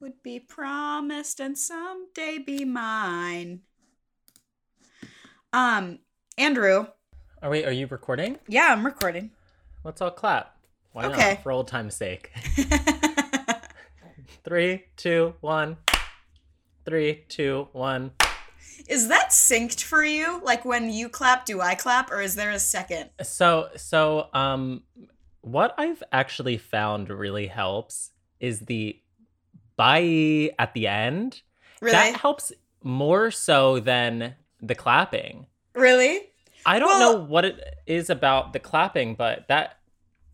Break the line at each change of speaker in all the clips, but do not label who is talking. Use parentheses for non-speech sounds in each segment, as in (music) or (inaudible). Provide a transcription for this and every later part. would be promised and someday be mine. Um, Andrew.
Oh wait, are you recording?
Yeah, I'm recording.
Let's all clap. Why
Okay.
not? For old
(laughs)
time's sake. Three, two, one. Three, two, one.
Is that synced for you? Like when you clap, do I clap, or is there a second?
So so um what I've actually found really helps is the bye at the end.
Really?
That helps more so than the clapping.
really?
I don't
Well-
know what it is about the clapping, but that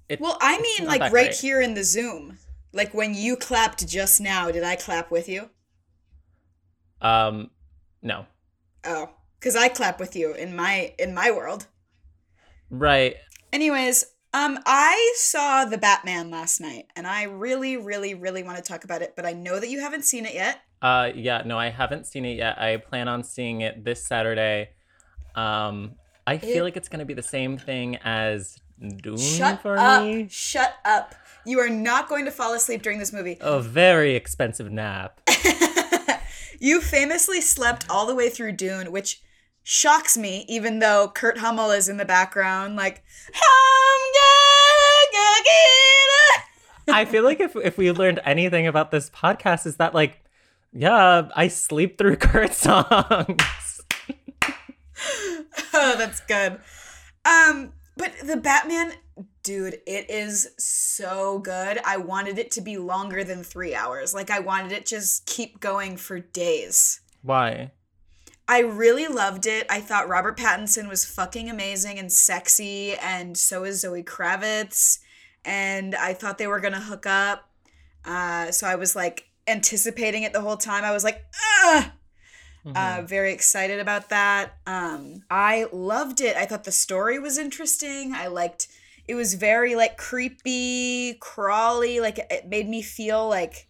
it,
Well, I
it's
mean,
not
like right
that great.
here in the Zoom. Like when you clapped just now, did I clap with you?
Um, no.
Oh, because I clap with you in my in my world.
Right.
Anyways, um, I saw the Batman last night, and I really, really, really want to talk about it, but I know that you haven't seen it yet.
Uh, yeah. No, I haven't seen it yet. I plan on seeing it this Saturday. Um, I feel like it's gonna be the same thing as Dune
Shut
for
up!
me.
Shut up! You are not going to fall asleep during this movie.
A very expensive
(laughs)
nap.
you famously slept all the way through Dune, which shocks me, even though Kurt Hummel is in the background, like. "I'm gonna get it."
I feel like if if we learned anything about this podcast is that like, yeah, I sleep through (laughs) Kurt songs.
(laughs) Oh, that's good. Um, but the Batman, dude, it is so good. I wanted it to be longer than three hours. Like I wanted it just keep going for days.
Why?
I really loved it. I thought Robert Pattinson was fucking amazing and sexy, and so is Zoe Kravitz. And I thought they were gonna hook up. Uh, so I was like anticipating it the whole time. I was like, ah, uh, very excited about that. Um, I loved it. I thought the story was interesting. I liked it was very like creepy, crawly. Like it- it made me feel like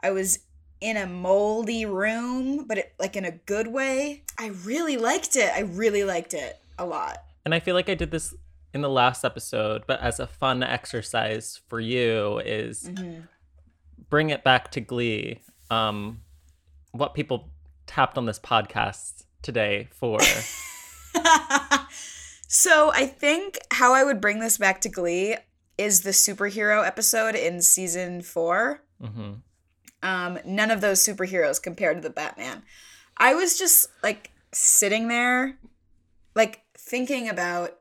I was in a moldy room, but it, like in a good way. I really liked it. I really liked it a lot.
and I feel like I did this in the last episode, but as a fun exercise for you is
Mm-hmm.
bring it back to Glee. Um, what people tapped on this podcast today for?
(laughs) So I think how I would bring this back to Glee is the superhero episode in season four.
hmm
um, none of those superheroes compared to the Batman. I was just like sitting there, like thinking about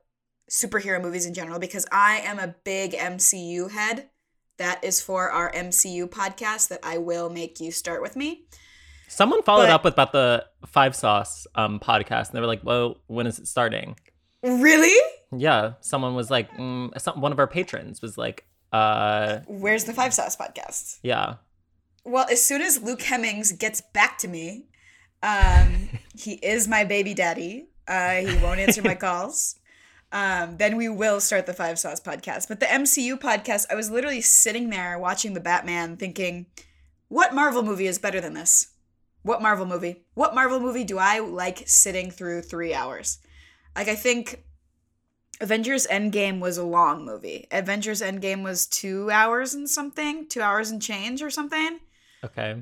superhero movies in general because I am a big MCU head. That is for our MCU podcast that I will make you start with me.
Someone followed
But-
up with about the Five Sauce um, podcast, and they were like, "Well, when is it starting?"
Really?
Yeah, someone was like, mm, some, "One of our patrons was like, uh,
Where's the Five Sauce podcast?
yeah."
Well, as soon as Luke Hemmings gets back to me, um, he is my baby daddy. Uh, he won't answer my calls. Um, then we will start the Five Sauce podcast. But the MCU podcast, I was literally sitting there watching the Batman thinking, what Marvel movie is better than this? What Marvel movie? What Marvel movie do I like sitting through three hours? Like, I think Avengers Endgame was a long movie. Avengers Endgame was two hours and something, two hours and change or something.
Okay.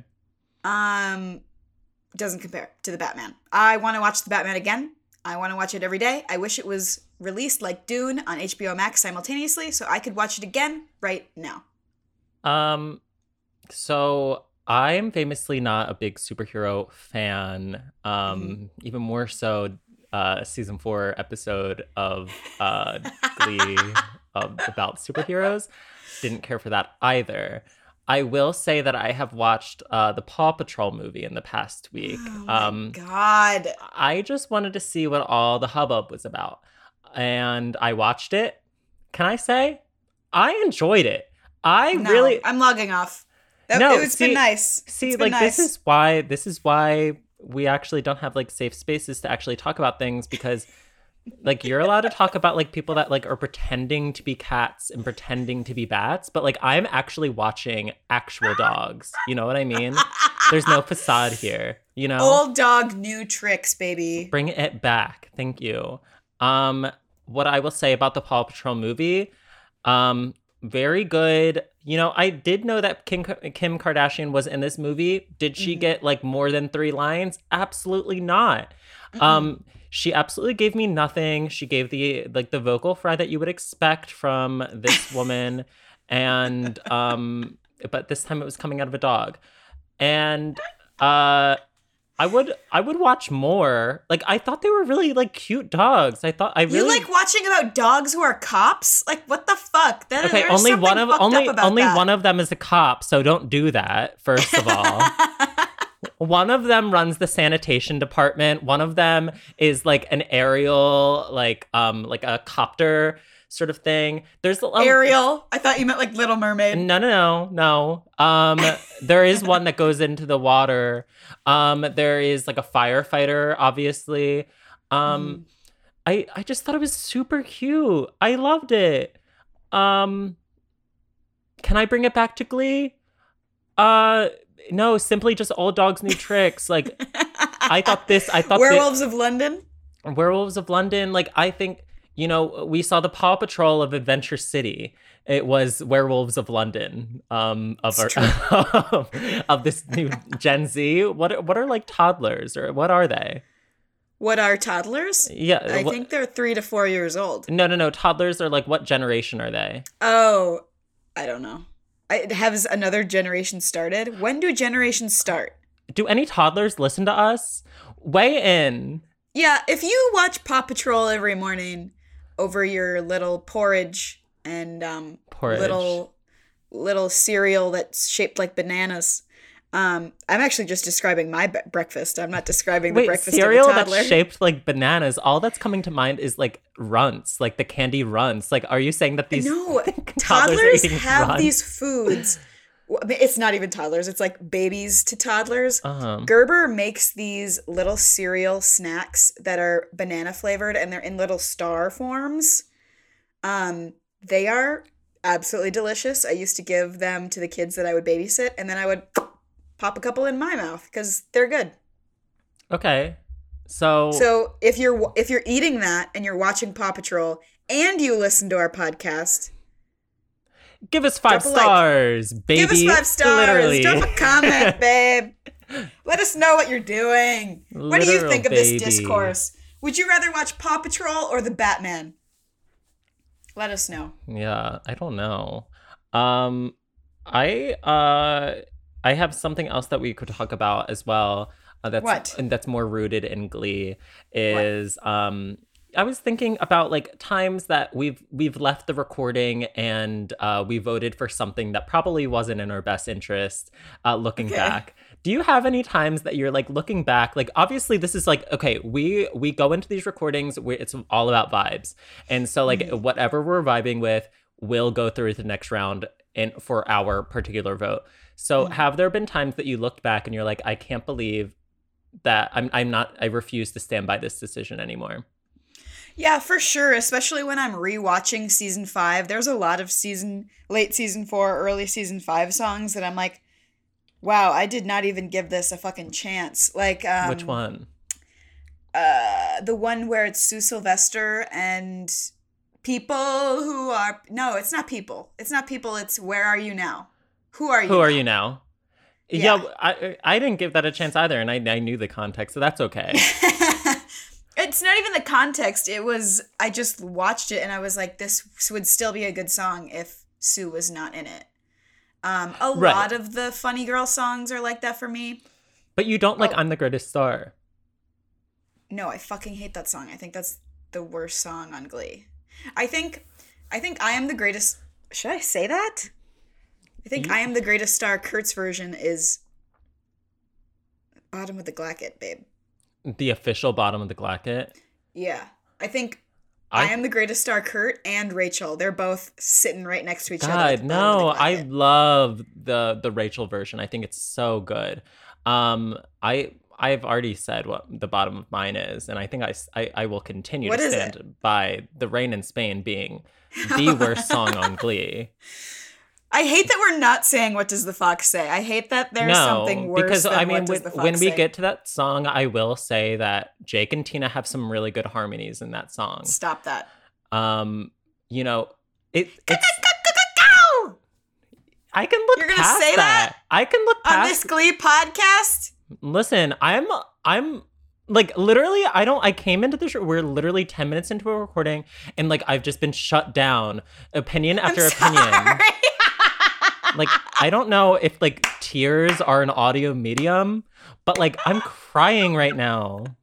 Um, doesn't compare to the Batman. I want to watch the Batman again. I want to watch it every day. I wish it was released like Dune on HBO Max simultaneously, so I could watch it again right now.
Um, so I'm famously not a big superhero fan. Um, even more so, uh, season four episode of uh, Glee um, about superheroes. Didn't care for that either. I will say that I have watched uh, the Paw Patrol movie in the past week.
Oh
um,
God,
I just wanted to see what all the hubbub was about, and I watched it. Can I say I enjoyed it. I
No,
really
I'm logging off. That,
No,
it's
see-
been nice.
See,
It's been
like
nice.
this is why this is why we actually don't have like safe spaces to actually talk about things because like you're allowed to talk about like people that like are pretending to be cats and pretending to be bats, but like I'm actually watching actual dogs. You know what I mean? There's no facade here, you know?
old dog, new tricks, baby.
Bring it back. Thank you. Um, what I will say about the Paw Patrol movie, um, very good. You know, I did know that Kim, Kim Kardashian was in this movie. Did she
Mhm.
get like more than three lines? Absolutely not. Um, she absolutely gave me nothing. She gave the like the vocal fry that you would expect from
(laughs)
this woman, and um, but this time it was coming out of a dog, and uh. I would I would watch more. Like I thought they were really like cute dogs. I thought I really
You like watching about dogs who are cops? Like what the fuck? That
Okay,
there's
only
something
one of
fucked
only
up about
only
that.
one of them is a cop, so don't do that. First
(laughs)
of all, one of them runs the sanitation department. One of them is like an aerial, like um, like a copter sort of thing. There's a
Ariel. I thought you meant like Little Mermaid.
No, no, no, no. Um, there is one that goes into the water. Um, there is like a firefighter, obviously.
Mm-hmm.
Um,
(laughs)
I I just thought it was super cute. I loved it. Um, can I bring it back to Glee? Uh, no. Simply just all dogs new tricks. Like I thought this. I thought thi-
Werewolves of London.
Werewolves of London, like I think, you know, we saw the Paw Patrol of Adventure City. It was Werewolves of London um, of
It's
our, (laughs) of this new Gen Z. What are- what are like toddlers or what are they?
What are toddlers?
Yeah,
I
wha-
think they're three to four years old.
no, no, no. Toddlers are like what generation are they?
Oh, I don't know. I, has another generation started? When do generations start?
Do any toddlers listen to us? Weigh in.
Yeah, if you watch Paw Patrol every morning over your little porridge and um,
Porridge.
little little cereal that's shaped like bananas. Um, I'm actually just describing my be- breakfast. I'm not describing the
Wait,
breakfast
cereal
of a
that's
toddler.
shaped like bananas. All that's coming to mind is like runts, like the candy runts. Like, are you saying that these
no,
(laughs) toddlers are
toddlers
eating
have
runts?
these foods. Well, I mean, It's not even toddlers. It's like babies to toddlers.
Uh-huh.
Gerber makes these little cereal snacks that are banana flavored and they're in little star forms. Um, they are absolutely delicious. I used to give them to the kids that I would babysit and then I would pop a couple in my mouth because they're good.
Okay. So,
So if you're wa- if you're eating that and you're watching Paw Patrol and you listen to our podcast,
give us five
drop a like.
stars, baby.
give us five stars,
Literally.
drop a
(laughs)
comment, babe. Let us know what you're doing. what do you
Literal
think of this
baby.
discourse? Would you rather watch Paw Patrol or the Batman? Let us know.
yeah, I don't know. Um I uh I have something else that we could talk about as well. Uh, that's
What?
and that's more rooted in glee is um I was thinking about like times that we've we've left the recording and uh, we voted for something that probably wasn't in our best interest. Uh, looking back, do you have any times that you're like looking back? Like obviously this is like okay, we we go into these recordings. we it's all about vibes, and so like whatever we're vibing with will go through to the next round and for our particular vote. So have there been times that you looked back and you're like, I can't believe that I'm I'm not I refuse to stand by this decision anymore.
Yeah, for sure. Especially when I'm rewatching season five. There's a lot of season late season four, early season five songs that I'm like, wow, I did not even give this a fucking chance. Like um,
Which one?
Uh, the one where it's Sue Sylvester and people who are no, it's not people. It's not people. It's where are you now? Who are you? (laughs)
Who are
now?
you now? Yeah,
Yeah.
I I didn't give that a chance either, and I, I knew the context, so that's okay.
it's not even the context. It was I just watched it and I was like, this would still be a good song if Sue was not in it. Um, a
Right.
lot of the funny girl songs are like that for me.
but you don't like I'm the greatest star.
No, I fucking hate that song. I think that's the worst song on Glee. I think, I think I am the greatest. Should I say that? I think I am the greatest star. Kurt's version is bottom of the glacket, babe.
The official bottom of the glacket.
Yeah. I think I, am the greatest star, Kurt and Rachel. They're both sitting right next to each other. at the
God,
bottom of the
no, I
closet.
love the the Rachel version. I think it's so good. Um, I I've already said what the bottom of mine is, and I think I s- I, I will continue
What
to
is
stand by the rain in
(laughs)
Spain being the worst song on Glee.
I hate that we're not saying "What does the fox say." I hate that there's something worse.
because
than
I
what
mean,
does
when,
the fox
when we
say.
get to that song, I will say that Jake and Tina have some really good harmonies in that song.
stop that.
Um, you know, it it's
Go!
I can look
You're gonna
past
say
that. I can look
On
past
this Glee podcast,
Listen, I'm I'm like literally I don't I came into the show we're literally 10 minutes into a recording and like I've just been shut down opinion after
I'm
opinion.
sorry.
Like I don't know if like tears are an audio medium, but like I'm crying right now.
(laughs)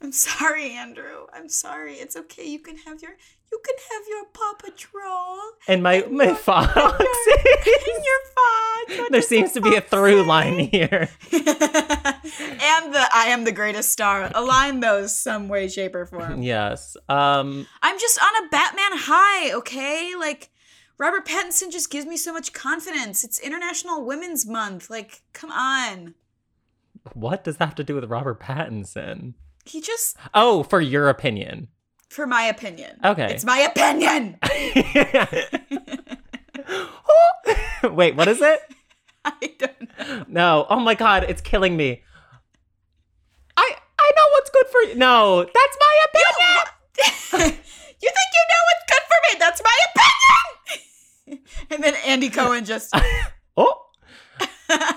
I'm sorry, Andrew. I'm sorry. It's okay. You can have your you can have your Paw Patrol
And my my (laughs) fox.
(laughs)
(laughs)
and your Fox.
there seems to be a through line here.
(laughs) and the I am the greatest star. Align those some way, shape, or form.
Yes. Um
I'm just on a Batman high, okay? Like Robert Pattinson just gives me so much confidence. It's International Women's Month. Like, come on.
what does that have to do with Robert Pattinson?
He just
Oh, for your opinion.
for my opinion.
Okay.
It's my opinion. (laughs)
(laughs) Wait, what is it?
I don't know.
No. Oh my god, it's killing me. I I know what's good for you. No, that's my opinion.
(laughs) you think you know what's good for me? That's my opinion. (laughs) and then Andy Cohen just (laughs)
Oh.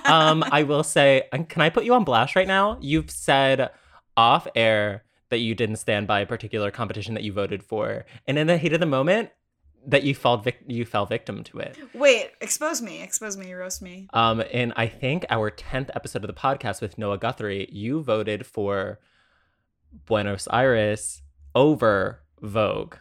um, I will say, and can I put you on blast right now? You've said off air that you didn't stand by a particular competition that you voted for, and in the heat of the moment, that you fall vic- you fell victim to it.
wait, expose me, expose me, roast me.
Um, in I think our tenth episode of the podcast with Noah Guthrie, you voted for Buenos Aires over Vogue,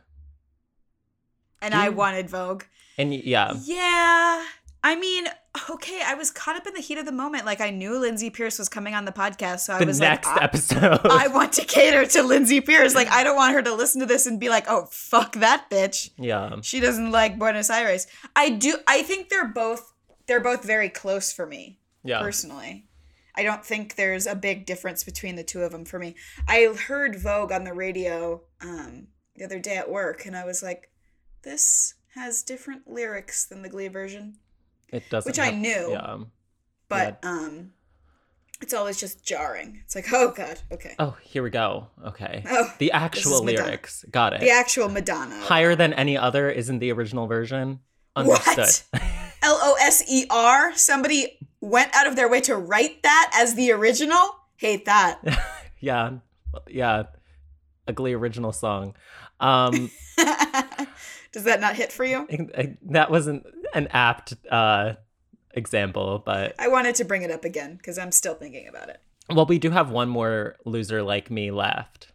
And I
You-
wanted Vogue.
and y- yeah,
Yeah. I mean, okay, I was caught up in the heat of the moment. Like I knew Lindsay Pierce was coming on the podcast, so I
the
was
next
like, I-
episode.
I, want to cater to Lindsay Pierce. Like I don't want her to listen to this and be like, "Oh, fuck that bitch.
(laughs) yeah,
She doesn't like Buenos Aires." I do I think they're both they're both very close for me
yeah.
personally. I don't think there's a big difference between the two of them for me. I heard Vogue on the radio um, the other day at work, and I was like, "This has different lyrics than the Glee version."
it doesn't.
which I
have-
knew.
Yeah.
But um, it's always just jarring. It's like, oh god, okay.
Oh, here we go. Okay.
Oh,
the
is
actual
Madonna.
lyrics. Got it.
The actual Madonna.
Higher than any other isn't the original version. Understood.
What? L O S E R. Somebody went out of their way to write that as the original. Hate that. (laughs)
yeah. Yeah. A Glee original song. Um,
Does that not hit for you?
I- I- that wasn't an apt uh, example, but
I wanted to bring it up again because I'm still thinking about it.
well, we do have one more loser like
(laughs)
me left.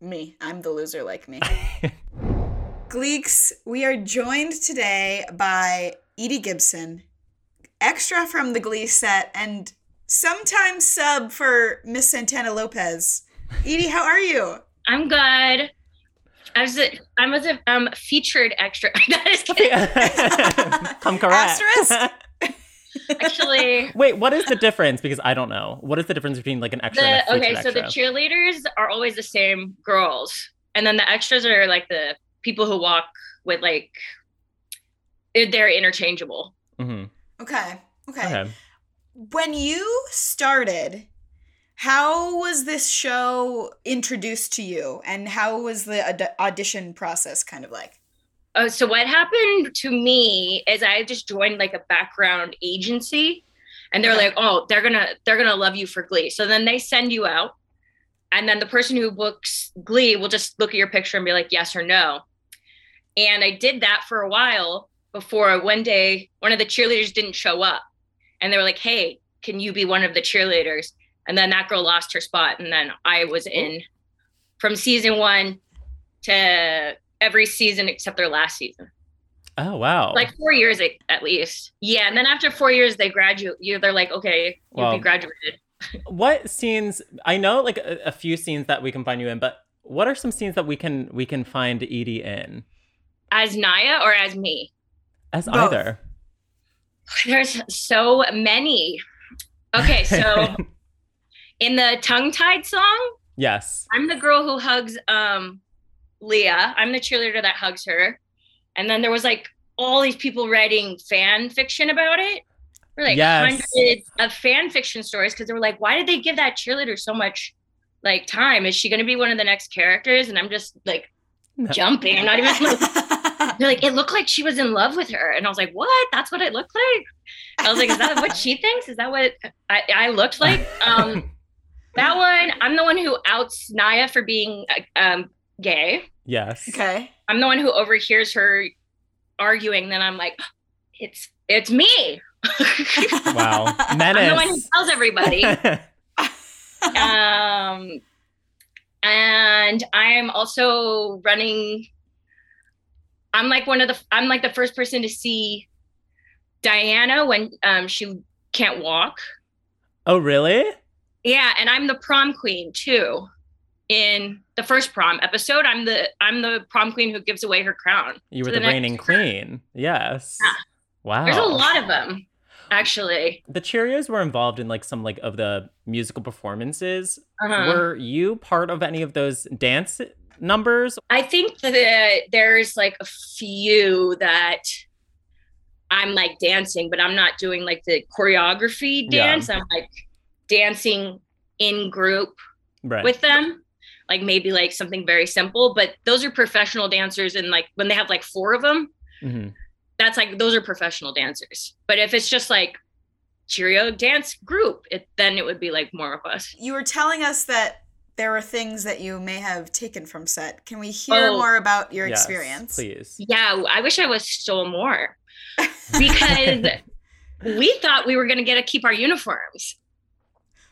Me, I'm the loser like me. (laughs) Gleeks, we are joined today by Edie Gibson, extra from the Glee set, and sometimes sub for Miss Santana Lopez. Edie, how are you?
I'm good. I was a, I was a um, featured extra. (laughs) That is
(laughs) I'm correct. (laughs)
Asterisk?
actually
Wait, what is the difference? Because I don't know. What is the difference between like an extra and
the
a
okay.
featured
So the
extra?
cheerleaders are always the same girls, and then the extras are like the people who walk with like they're interchangeable.
Mhm.
Okay. Okay.
Okay.
When you started, how was this show introduced to you, and how was the aud- audition process kind of like?
Oh, so what happened to me is I just joined like a background agency and they're
Okay.
like, "Oh, they're going to they're going to love you for glee." So then they send you out and then the person who books glee will just look at your picture and be like, "Yes or no." And I did that for a while before one day one of the cheerleaders didn't show up. And they were like, "Hey, can you be one of the cheerleaders?" And then that girl lost her spot and then I was in from season 1 to every season except their last season
Oh wow.
like four years at, at least. Yeah, and then after four years, they graduate. You, they're like, okay, you'll
Wow.
be graduated.
what scenes? I know like a, a few scenes that we can find you in, but what are some scenes that we can we can find Edie in?
As Naya or as me? (laughs)
As
Both.
either.
There's so many. Okay,
(laughs)
so in the tongue tied song,
yes.
I'm the girl who hugs um Leah. I'm the cheerleader that hugs her. And then there was like all these people writing fan fiction about it. There were like
Yes.
hundreds of fan fiction stories because they were like, why did they give that cheerleader so much like time? Is she gonna be one of the next characters? And I'm just like
No.
jumping. I'm not even
(laughs)
like they're like, it looked like she was in love with her. And I was like, what? That's what it looked like? I was like, is that what she thinks? Is that what I, I looked like? Um that one, I'm the one who outs Naya for being uh, um, gay.
(laughs)
yes.
okay.
I'm the one who overhears her arguing. Then I'm like, it's it's me. (laughs)
Wow.
I'm the one who
Menace.
tells everybody. um, and I'm also running. I'm like one of the. I'm like the first person to see Diana when um, she can't walk.
(laughs) oh really?
Yeah, and I'm the prom queen too. In the first prom episode, I'm the I'm the prom queen who gives away her crown.
You were
To the
the,
next
reigning queen. Yes.
Yeah.
Wow.
There's a lot of them, actually.
The Cheerios were involved in like some like of the musical performances.
Uh-huh.
Were you part of any of those dance numbers?
I think that there's like a few that I'm like dancing, but I'm not doing like the choreography
Yeah.
dance. I'm like dancing in group
Right.
with them. Like maybe like something very simple, but those are professional dancers and like when they have like four of them,
Mhm.
that's like those are professional dancers. But if it's just like Cheerio dance group, it then it would be like more of us.
(laughs) You were telling us that there were things that you may have taken from set. Can we hear
Oh.
more about your
Yes,
experience?
Please.
Yeah, I wish I was still more because we thought we were going to get to keep our uniforms.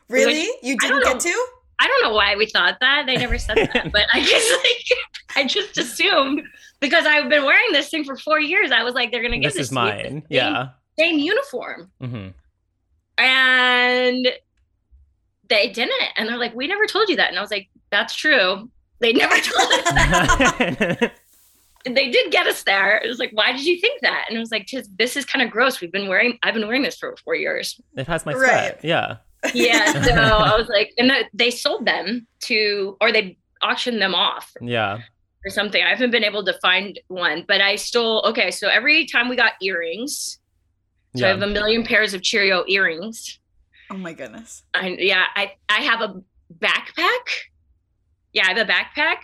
Really? You
I don't
didn't get
know.
to?
I don't know why we thought that. They never said that, but I just (laughs) like I just assumed because I've been wearing this thing for four years. I was like, they're going to give
This
this
is
to me,
mine. Yeah.
same uniform,
hmm
and they didn't. And they're like, we never told you that. And I was like, that's true. They never (laughs) told us that.
Mm-hmm.
they did get us there. It was like, why did you think that? And it was like, 'Cause this is kind of gross. We've been wearing, I've been wearing this for four years.
(laughs) it has my
Right.
sweat. Yeah.
Yeah. So I was like, and the, they sold them to, or they auctioned them off
Yeah.
or something. I haven't been able to find one, but I still, okay. So every time we got earrings, so I
yeah.
have a million pairs of Cheerio earrings.
Oh my goodness.
I, yeah. I, I have a backpack. Yeah. I have a backpack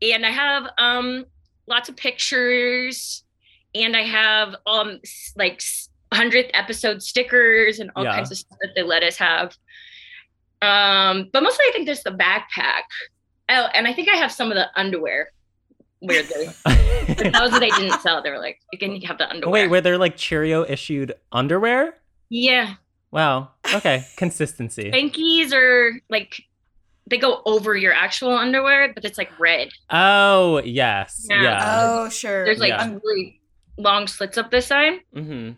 and I have, um, lots of pictures and I have um s- like s- 100th episode stickers and all
Yeah.
kinds of stuff that they let us have. Um but mostly I think there's the backpack. Oh, and I think I have some of the underwear.
(laughs)
Weirdly. But those that they didn't sell, they were like, you can have the underwear.
Wait, were there like Cheerio issued underwear?
Yeah.
Wow.
(laughs)
Okay. Consistency.
Spankies are like they go over your actual underwear, but it's like red.
Oh yes.
Yeah.
Yeah.
oh, sure.
There's like
Uh, Yeah.
some really long slits up this side.
hmm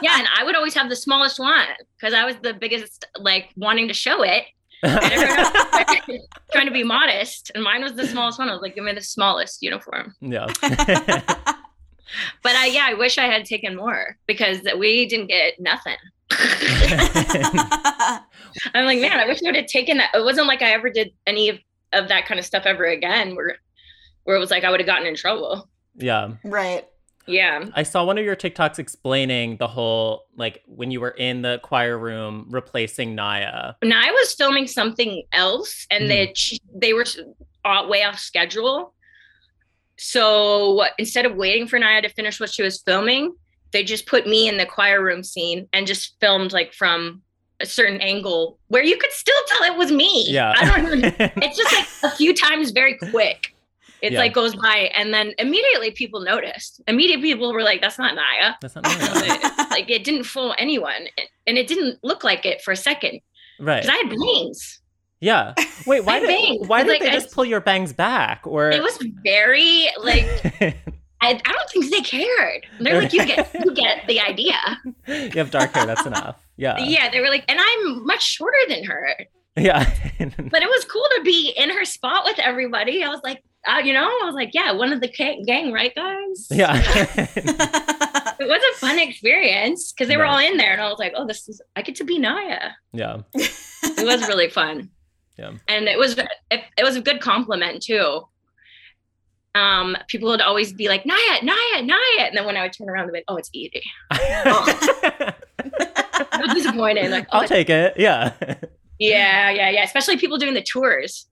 Yeah, and I would always have the smallest one because I was the biggest, like wanting to show it. And everyone else was trying to be modest, and mine was the smallest one. I was like, give me the smallest uniform.
yeah.
But I, yeah, I wish I had taken more because we didn't get nothing. (laughs)
(laughs)
I'm like, man, I wish I would have taken that. It wasn't like I ever did any of, of that kind of stuff ever again, where where it was like I would have gotten in trouble.
yeah.
(laughs) right.
Yeah.
I saw one of your TikToks explaining the whole like when you were in the choir room
(laughs)
replacing Naya.
And I was filming something else,
Hmm.
and they ch- they were s- uh, way off schedule. So instead of waiting for Naya to finish what she was filming, they just put me in the choir room scene and just filmed like from a certain angle where you could still tell it was me.
Yeah.
I don't
(laughs)
even. it's just like a few times, very quick. It's
Yeah.
like goes by, and then immediately people noticed. Immediate people were like, "That's not
(laughs)
Naya."
That's not Naya.
(laughs)
Like it didn't fool anyone, and it didn't look like it for a second
Right.
because I had bangs.
Yeah. Wait, why
I
did
banged.
why did
Like,
they
I-
just pull your bangs back? Or
It was very like
(laughs)
I, I don't think they cared. They're like you get you get the idea.
you have dark hair, that's enough. Yeah.
(laughs) Yeah, they were like, and I'm much shorter than her.
Yeah.
But it was cool to be in her spot with everybody. I was like, uh, you know, I was like, yeah, one of the ca- gang, right, guys? (laughs)
yeah.
It was a fun experience because they were
Right.
all in there, and I was like, oh, this is I get to be Naya. (laughs)
yeah.
It was really fun.
Yeah.
And it was it, it was a good compliment too. Um, people would always be like, Naya, Naya, Naya. And then when I would turn around, they'd be like, oh, it's Edie. I was disappointed. Oh. Like, oh,
I'll take it.
(laughs)
Yeah.
Yeah, yeah, yeah. Especially people doing the tours.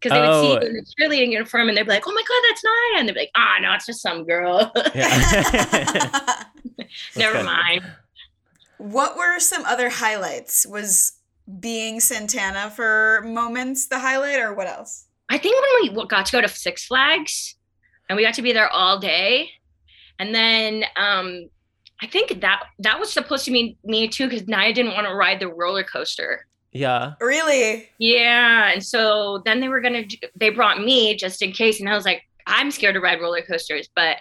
Because they would see you
Oh.
in the cheerleading uniform and they'd be like, oh my God, that's Naya. And they'd be like, ah, no, it's just some girl. (laughs)
yeah. (laughs)
Never
good.
mind.
(laughs) what were some other highlights? Was being Santana for moments the highlight, or what else?
I think when we w- got to go to Six Flags and we got to be there all day. And then um, I think that that was supposed to mean me too, because Naya didn't want to ride the roller coaster.
Yeah.
Really?
Yeah. And so then they were going to, they brought me just in case. And I was like, I'm scared to ride roller coasters, but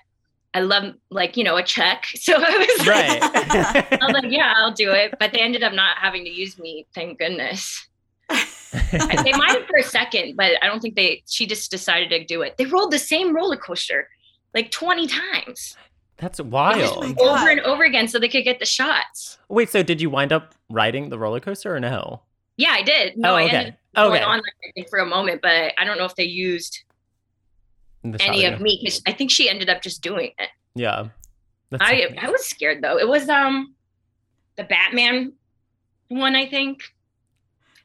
I love like, you know, a check. (laughs) So I was like,
Right. (laughs)
I was like, yeah, I'll do it. But they ended up not having to use me. Thank
(laughs)
goodness. I- they might have for a second, but I don't think they, she just decided to do it. They rolled the same roller coaster like 20 times
That's
my
wild.
God.
over and over again so they could get the shots.
Wait, so did you wind up riding the roller coaster or no?
Yeah, I did. No,
oh,
I
okay.
ended up going on I think, for a moment, but I don't know if they used
The
any
shot
of me because I think she ended up just doing it.
Yeah. That's
I
amazing.
I was scared though. It was um the Batman one, I think.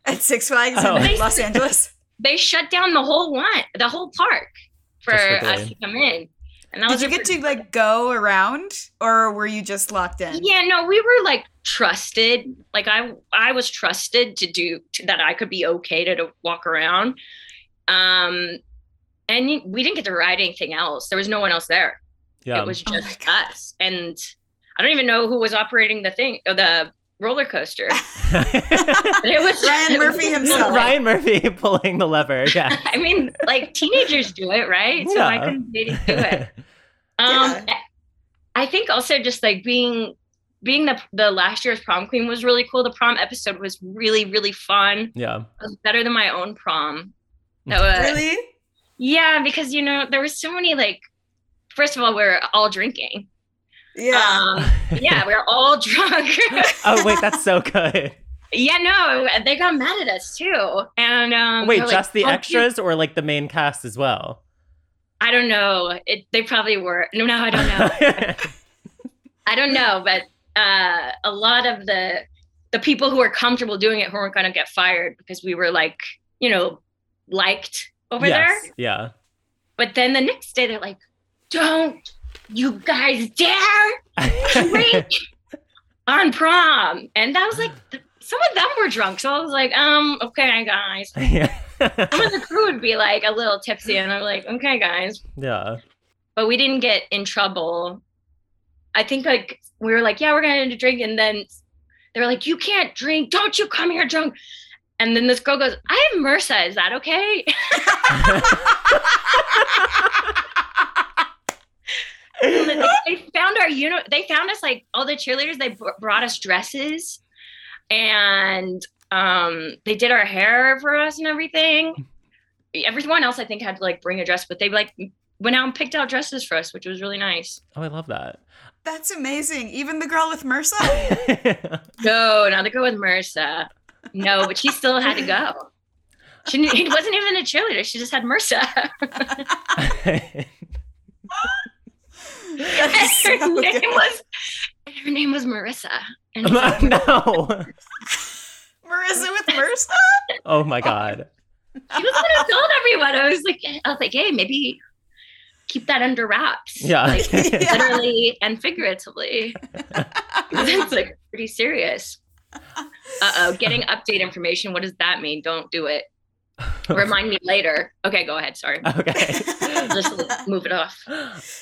At Six Flags
Oh.
in Los Angeles.
They shut down the whole one, the whole park for
Just for
us
Dylan.
to come in. And that
Did
was
you
a
get
pretty-
to like go around, or were you just locked in?
Yeah, no, we were like trusted. Like I I was trusted to do to, that I could be okay to, to walk around. Um and you- we didn't get to ride anything else. There was no one else there.
yeah.
It was
Oh my
just
God.
us. And I don't even know who was operating the thing or the roller
(laughs)
coaster.
(laughs)
But it was
Ryan
(laughs)
Murphy himself.
Ryan Murphy pulling the lever. Yeah.
I mean, like teenagers do it, right? So I
Yeah.
couldn't really do it. Um, I think also just like being being the the last year's prom queen was really cool. The prom episode was really really fun.
(laughs) yeah.
It was better than my own prom. That was,
really?
Yeah, because you know there was so many like. First of all, we were all drinking.
Yeah.
Um,
(laughs)
yeah, we were all drunk. (laughs)
oh wait, that's so good.
yeah, no, they got mad at us too. And um,
Wait,
they were like,
just the
"Oh, you
extras or like the main cast as well?
I don't know. It, they probably were. No, no, I don't know.
(laughs)
I don't know, but uh, a lot of the the people who are comfortable doing it who weren't going to get fired because we were like, you know, liked over
yes.
there.
Yeah.
But then the next day they're like, "Don't you guys dare (laughs) drink on prom!" And I was like, th- some of them were drunk, so I was like, "Um, okay, guys."
(laughs) yeah.
Some of the crew would be like a little tipsy, and I'm like, "Okay, guys."
yeah.
but we didn't get in trouble. I think like we were like, yeah, we're gonna drink, and then they were like, you can't drink. Don't you come here drunk. And then this girl goes, I am MRSA. Is that okay? (laughs) Uh. And then they they found our uni- They found us like all the cheerleaders. They br- brought us dresses, and um, they did our hair for us and everything. Everyone else, I think, had to like bring a dress, but they like went out and picked out dresses for us, which was really nice.
Oh, I
(laughs)
love that.
(laughs)
(laughs)
That's amazing. Even the girl with (laughs) MRSA?
No, not the girl with MRSA. No, but she still had to go. She didn't- it wasn't even a cheerleader. She just had MRSA.
That
(laughs) And
is
her
so
name
good.
was and her name was Marissa. And
no.
Marissa with MRSA?
Oh
(laughs)
my god.
she was gonna told everyone. I was like, I was like, hey, maybe keep that under wraps.
Yeah. (laughs)
Like
Yeah.
literally and
(laughs)
figuratively. It's like pretty serious. Uh oh, getting update information. What does that mean? Don't do
(laughs)
it. Remind me later. Okay, go ahead. Sorry.
(laughs)
okay.
Just move it off.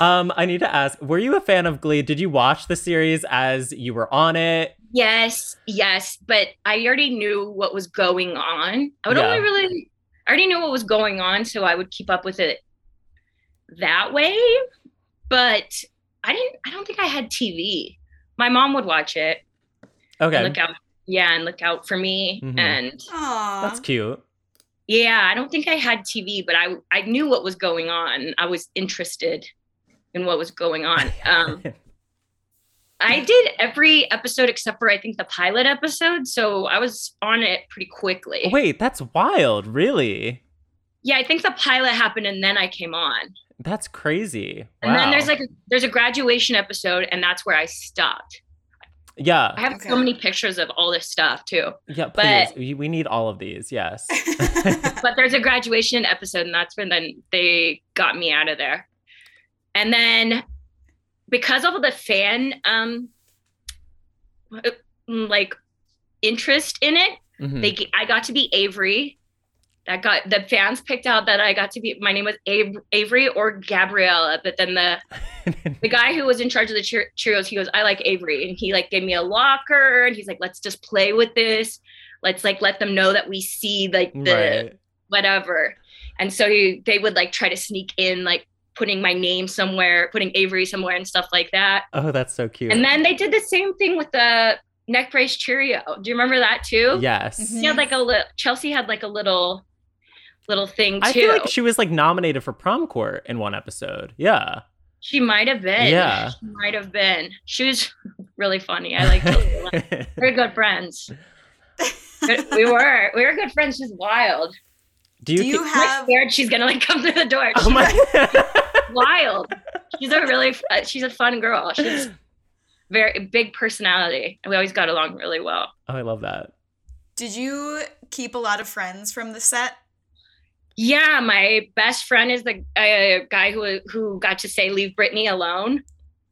Um, I need to ask, were you a fan of Glee? Did you watch the series as you were on it?
Yes, yes, but I already knew what was going on. I would
Yeah.
only really, I already knew what was going on, so I would keep up with it that way. But I didn't. I don't think I had TV. My mom would watch it. and
Okay.
Look out, yeah and look out for me
Mhm.
and
Aw.
uh,
That's cute.
yeah i don't think i had tv but i i knew what was going on i was interested in what was going
(laughs)
on um i did every episode except for i think the pilot episode so i was on it pretty quickly
Wait, that's wild. Really?
yeah i think the pilot happened and then i came on
That's crazy.
and then
Wow.
there's like a, there's a graduation episode and that's where i stopped
yeah,
i have
Okay.
so many pictures of all this stuff too
yeah. Please,
but-
we, we need all of these.
(laughs)
Yes.
but there's a graduation episode and that's when then they got me out of there and then because of the fan um uh, like interest in it
Mhm. (laughs)
they i got to be avery that got the fans picked out that i got to be my name was Av- avery or gabriella but then the the guy who was in charge of the cheer- Cheerios, he goes, I like Avery. And he like gave me a locker and he's like, let's just play with this. Let's like let them know that we see like the
right.
whatever. And so he, they would like try to sneak in like putting my name somewhere, putting Avery somewhere and stuff like that.
Oh, that's so cute.
And then they did the same thing with the neck brace Cheerio. Do you remember that too?
yes.
She had like a little Chelsea had like a little little thing too.
I feel like she was like nominated for prom court in one episode. Yeah.
She might have been.
Yeah.
She might have been. She was (laughs) really funny. I like Chelsea. a lot.
(laughs)
We're good friends. But we were. We were good friends. She's wild.
Do you,
Do you
thi-
I'm like,
have
scared she's gonna like come through the door. She's
Oh my
wild. She's a really. f- uh, She's a fun girl. She's very big personality. and We always got along really well.
(laughs) Oh, I love that.
(laughs) Did you keep a lot of friends from the set?
Yeah, my best friend is the uh, guy who who got to say "Leave Britney Alone"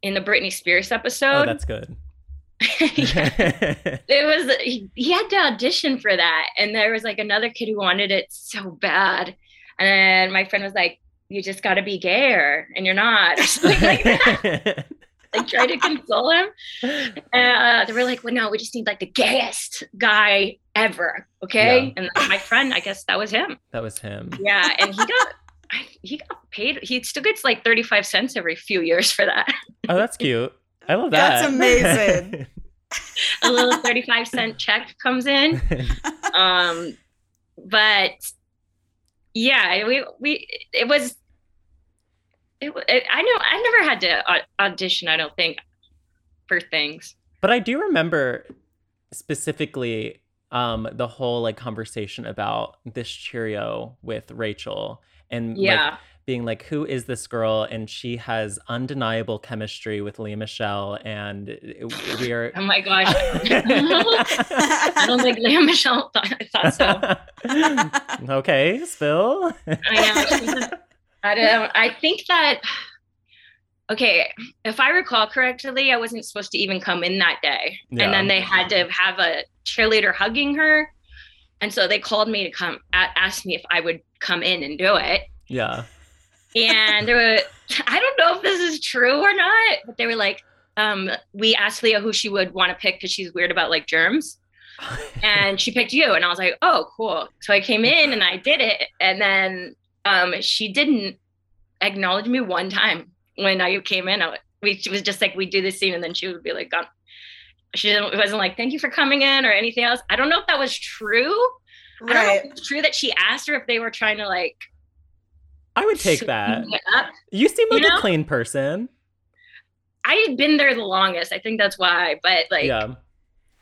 in the Britney Spears
Oh,
episode.
that's good.
Um, (laughs) Yeah.
(laughs)
it was he, he had to audition for that and there was like another kid who wanted it so bad and my friend was like you just got to be gayer and you're not (laughs) or something like that like try to console him uh, they were like well no we just need like the gayest guy ever okay and my friend i guess that was him
(laughs) that was him.
yeah and he got I- he got paid he still gets like 35 cents every few years for that (laughs)
Oh, that's cute. I love that.
That's amazing.
a little 35 cent check comes in um but yeah we we it was it, wa- it i know i never had to au- audition i don't think for things
But I do remember specifically um, the whole like conversation about this Cheerio with Rachel and Mm, like,
yeah
being like, who is this girl? And she has undeniable chemistry with Leah Michelle, and it-
(laughs)
we are. (laughs)
oh my gosh i don't think leah michelle thought, thought so
okay, Spill.
i know she's a- i don't i think that okay if i recall correctly i wasn't supposed to even come in that day
Yeah.
and then they had to have a cheerleader hugging her and so they called me to come a- asked me if i would come in and do it
Yeah.
and they were (laughs) i don't know if this is true or not but they were like um, we asked leah who she would want to pick because she's weird about like germs and she picked you and i was like oh cool so i came in and i did it and then um, she didn't acknowledge me one time when i came in I, wa- we, she was just like we do this scene and then she would be like gone she didn't, wasn't like thank you for coming in or anything else i don't know if that was true i don't know if
right.
it's true that she asked her if they were trying to like
I would take
(laughs)
that.
sweeten it up
You seem like
You know?
a clean person.
I had been there the longest. I think that's why. But like, yeah,
yeah.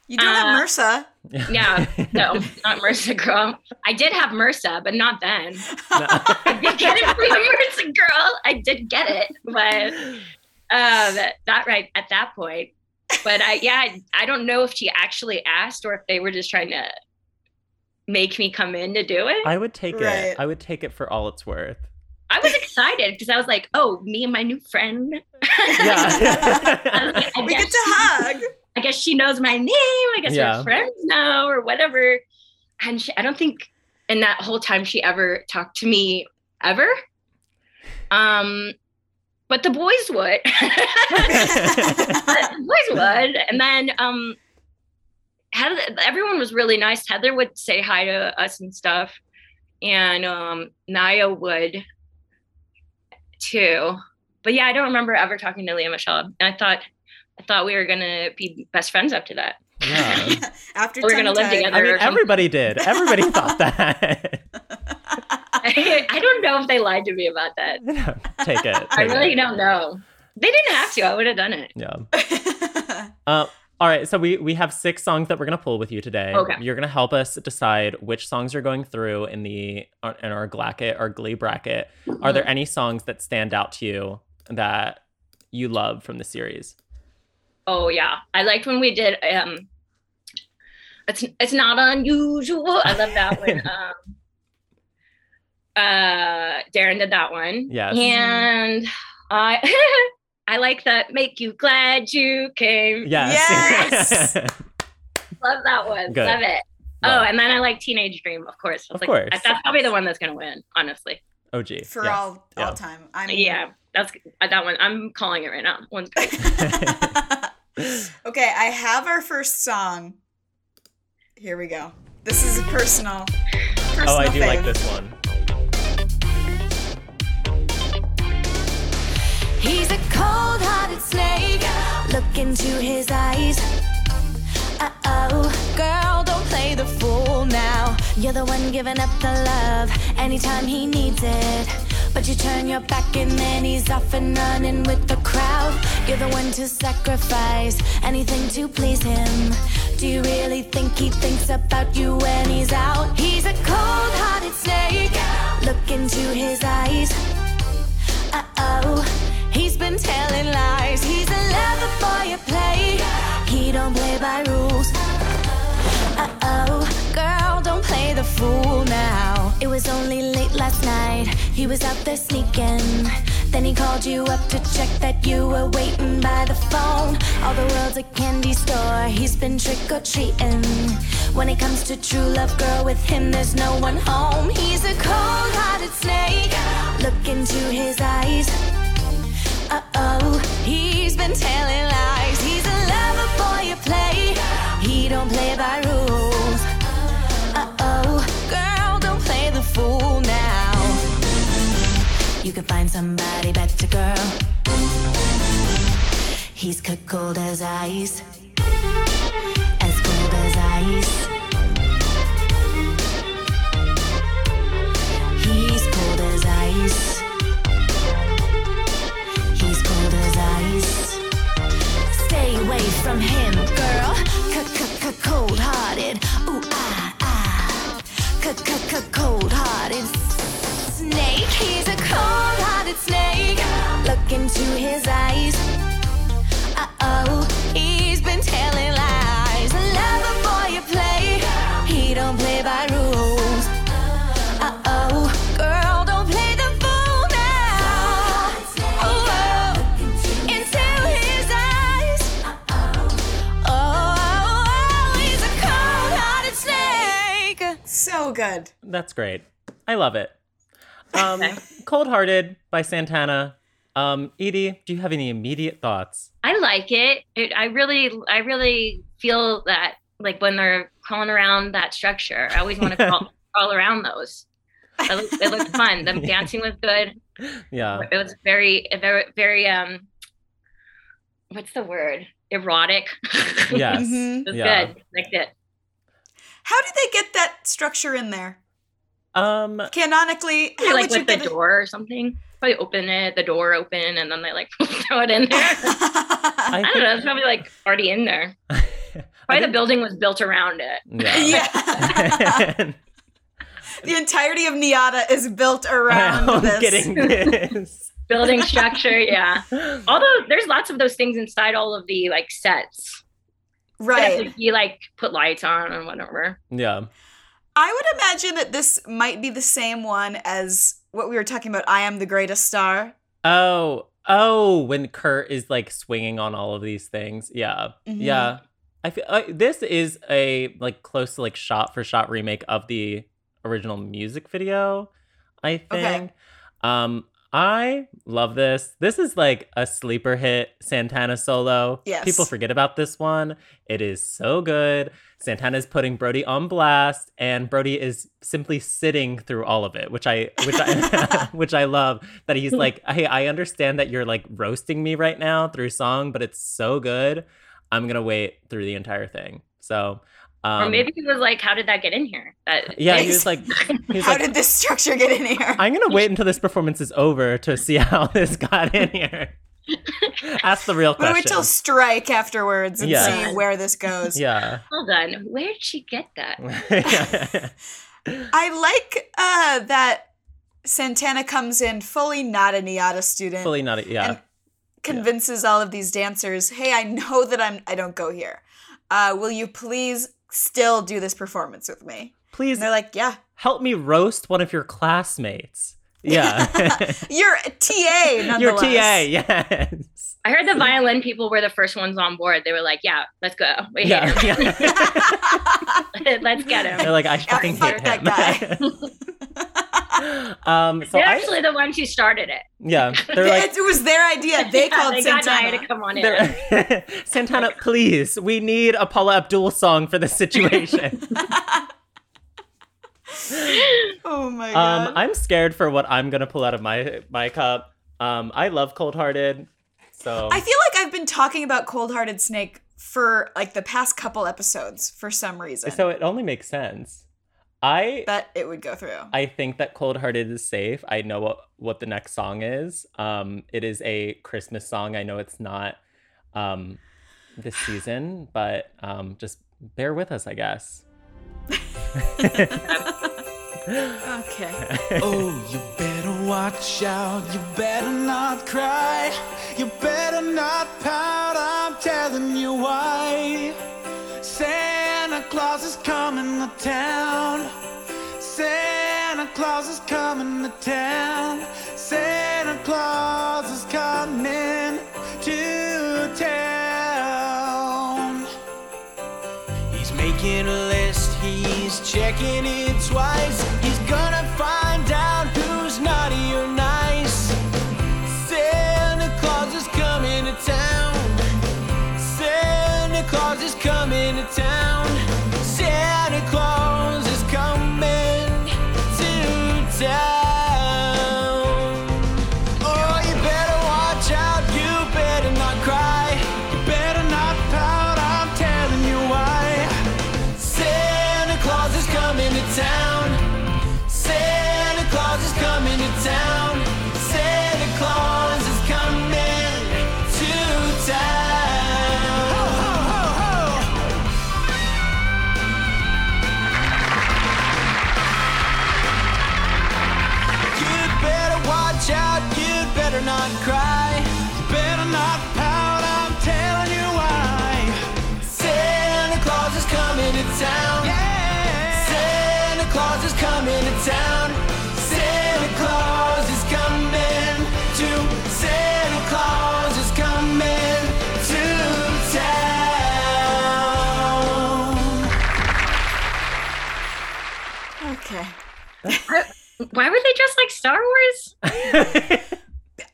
You don't have
Uh,
MRSA.
no, not MRSA girl. I did have MRSA, but not then.
(laughs)
(laughs)
I did get it from the MRSA girl. I did get it, but um, not right at that point. But I, yeah, I, I don't know if she actually asked or if they were just trying to make me come in to do it. I,
I would take
Right.
it. I would take it for all it's worth.
was excited because I was like, oh, me and my new friend. I was
Yeah.
like, I
(laughs) we
guess
get to hug.
I guess she knows my name. I guess
Yeah.
we're friends now or whatever. And she, I don't think in that whole time she ever talked to me ever. Um, but the boys would. (laughs)
(laughs)
the boys would. And then um Heather, everyone was really nice. Heather would say hi to us and stuff. And um Naya would too. But yeah, I don't remember ever talking to Leah Michelle. And I thought I thought we were gonna be best friends up to that. (laughs)
Yeah.
(laughs) Yeah. After
We're gonna
tongue
live
tied-
together.
I mean, everybody did. Everybody thought that.
I don't know if they lied to me about that.
take it.
I
take
really
it.
don't know. They didn't have to. I would have done it.
Yeah. Uh, all right, so we we have six songs that we're gonna pull with you today.
Okay.
You're gonna help us decide which songs are going through in the in our glacket or glee bracket. Are there any songs that stand out to you that you love from the series?
Oh yeah, I liked when we did. Um, it's it's not unusual. I love that
(laughs)
one. um, uh, Darren did that one.
Yes.
and I (laughs) I like that. Make you glad you came.
Yes. (laughs)
Yes!
Love that one.
Good.
Love it.
Love.
Oh, and then I like Teenage Dream, of course. I was
Of
like,
course.
That's probably the one that's gonna win, honestly.
OG.
(laughs) for
yes.
all
Yeah.
all time. I mean,
Yeah, that's uh, that one. I'm calling it right now. One's
(laughs)
great.
okay, I have our first song. Here we go. This is a personal. personal
Oh, I do like
fave.
this one.
He's a cold hearted snake. Look into his eyes. Uh oh. Girl, don't play the fool now. You're the one giving up the love anytime he needs it. But you turn your back and then he's off and running with the crowd. You're the one to sacrifice anything to please him. Do you really think he thinks about you when he's out? He's a cold hearted snake. Look into his eyes. Uh oh, he's been telling lies. He's a lover boy, a play. He don't play by rules. Uh oh, girl, don't play the fool now. It was only late last night. He was out there sneaking. Then he called you up to check that you were waiting by the phone. All the world's a candy store. He's been trick or treating. When it comes to true love, girl, with him there's no one home. He's a cold-hearted snake. Look into his eyes. Uh oh, he's been telling lies. He's a lover boy, you play. He don't play by rules. Uh oh, girl, don't play the fool now. You can find somebody better, girl. He's cold as ice, as cold as ice. He's cold as ice. He's cold as ice. Stay away from him, girl. Cold hearted. Ooh, ah, ah. Cold hearted. Snake, he's a cold hearted snake. Look into his eyes. Uh oh, he's been telling lies. A lover boy, you play. He don't play by rules. Uh oh, girl, don't play the fool now. Oh, into his eyes. Oh, oh, he's a cold hearted snake.
So good.
That's great. I love it. Um, (laughs) Cold Hearted by Santana. Um, Edie, do you have any immediate thoughts?
I like it. it. I really, I really feel that like when they're crawling around that structure, I always want
(laughs)
to crawl, crawl around those. It looked, it looked fun.
(laughs)
Them dancing was good.
Yeah.
It was very, very, very um, what's the word? Erotic.
Yes.
Mhm.
(laughs) it was
Yeah.
good. Liked it.
How did they get that structure in there?
Um,
Canonically, how
They, like
would you
with the
get
door or something. Probably open it, the door open, and then they like (laughs) throw it in
(laughs)
there.
it?
I don't know. It's probably like already in there. Probably the building was built around it.
(laughs) Yeah.
(laughs) (laughs) yeah.
(laughs)
the entirety of Niata is built around
(laughs) I'm
this. (laughs)
getting this. (laughs)
Building structure, yeah. Although there's lots of those things inside all of the like sets. That
Right.
would be like put lights on and whatever.
Yeah.
I would imagine that this might be the same one as what we were talking about, I Am the Greatest Star.
Oh, oh, when Kurt is like swinging on all of these things. Yeah.
Mhm.
Yeah. I feel uh, this is a like close to like shot for shot remake of the original music video, I think.
Okay.
Um I love this. This is like a sleeper hit Santana solo.
Yes.
People forget about this one. It is so good. Santana's putting Brody on blast and Brody is simply sitting through all of it, which I which I (laughs) which I love
(laughs)
that he's like, "Hey, I understand that you're like roasting me right now through song, but it's so good. I'm going to wait through the entire thing." So,
or
um,
maybe he was like, "How did that get in here?" That,
yeah, he was like, he
(laughs)
was
How
like,
did this structure get in here?
I'm gonna wait until this performance is over to see how (laughs) this got in here.
(laughs)
Ask the real
we
question.
wait till strike afterwards and
Yeah.
see where this goes. (laughs)
yeah.
hold on, where did she get that?
I like uh, that Santana comes in fully not a Niata student,
Fully not. A, yeah.
And- convinces all of these dancers, "Hey, I know that I'm I don't go here. Uh, will you please still do this performance with me?"
Please
And they're like, "Yeah,
help me roast one of
(laughs)
your classmates. Yeah.
you're a
(laughs)
TA, nonetheless."
your TA. Yes.
I heard the violin people were the first ones on board. They were like, "Yeah, let's go. (laughs) We hate
Yeah.
him.
yeah.
let's get him."
(laughs) They're
(laughs)
like, I fucking
fuck
hate
that
him. (laughs)
(laughs)
um. So
They're
I.
actually the ones who started it. (laughs)
yeah. They're like.
it was their idea. They
Yeah,
called
they got Naya
Santana.
to come on in.
They're- (laughs) Santana, please, we need a Paula Abdul song for this situation.
oh my god.
um, I'm scared for what I'm gonna pull out of my my cup. Um, I love Cold Hearted, so
I feel like I've been talking about Cold Hearted Snake for like the past couple episodes for some reason.
so it only makes sense. I
that it would go through.
I think that Cold Hearted is safe. I know what, what the next song is. Um, it is a Christmas song. I know it's not um, this season, but um, just bear with us, I guess.
okay.
Oh, you better watch out. You better not cry. You better not pout. I'm telling you why. Santa Claus is coming to town. Santa Claus is coming to town. Santa Claus is coming to town. He's making a list, he's checking it twice. He's gonna find out who's naughty or nice. Santa Claus is coming to town. Santa Claus is coming to town. Santa Claus is coming to town. Oh, you better watch out, you better not cry. You better not pout, I'm telling you why. Santa Claus is coming to town. Santa Claus is coming to town. Santa Claus is coming to town. Ho, ho, ho, ho. You'd better watch out, you'd better not cry. You better not pout, I'm telling you why. Santa Claus is coming to town. Santa Claus is coming to town. Santa Claus is coming to Santa Claus is coming to town.
Okay.
Why were they dressed like Star Wars?
Uh,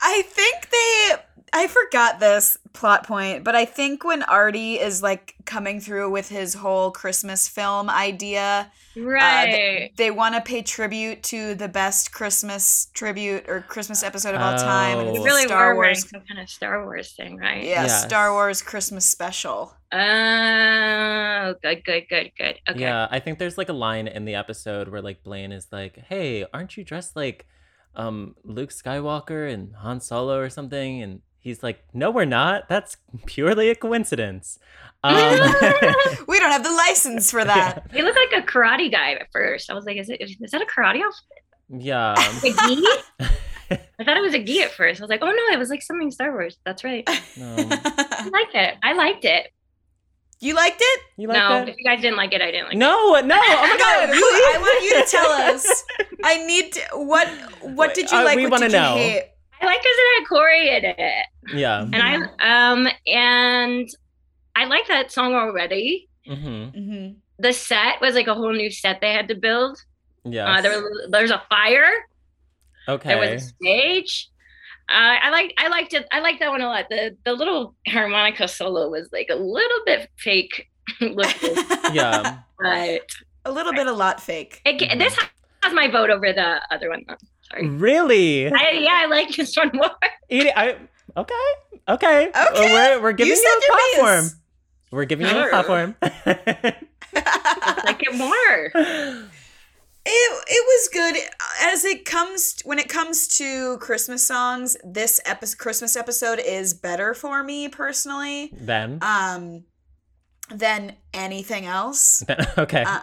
I think they. I forgot this plot point, but I think when Artie is like coming through with his whole Christmas film idea, uh,
Right.
they, want to pay tribute to the best Christmas tribute or Christmas episode of all time. And
Oh.
it's
You
the
really
Star
were wearing
Wars.
some kind of Star Wars thing, right?
Yeah,
Yes.
Star Wars Christmas special.
Oh, good, good, good, good. Okay.
Yeah, I think there's like a line in the episode where like Blaine is like, "Hey, aren't you dressed like um Luke Skywalker and Han Solo or something?" and he's like, "No, we're not. That's (laughs) purely a coincidence." Um, (laughs)
We don't have the license for that.
He looked like a karate guy at first. I was like, is it is that a karate outfit?
yeah.
A gi? I thought it was a gi at first. I was like, oh no, it was like something Star Wars. That's right.
(laughs) Um,
I like it. I liked it.
(laughs) you liked it?
you like
no,
that?
if you guys didn't like it, I didn't like
No, no. Oh my god.
No, you, I want you to
(laughs)
tell us. I need to, what what did you
Uh,
like?
we
what
wanna
did you
know.
hate?
it. I liked because it had Corey in it.
Yeah.
And I um and I like that song already.
hmm
Mhm.
The set was like a whole new set they had to build.
Yeah.
Uh, there was, there's a fire.
okay.
There was a stage. Uh, I liked I liked it. I liked that one a lot. The the little harmonica solo was like a little bit fake (laughs) looking,
yeah.
but
(laughs) A little bit a lot fake.
it, ga- this
Mm-hmm.
has my vote over the other one.
(laughs)
Though. Sorry.
Really?
I, yeah, I like this one more.
Edie, I okay, okay. Uh,
Okay.
We're we're giving you,
said
a
your
platform.
piece.
We're giving you a
Sure.
platform. (laughs)
Like it more.
It it was good as it comes when it comes to Christmas songs. This episode, Christmas episode, is better for me personally
then.
um, than anything else.
then (laughs) okay.
uh,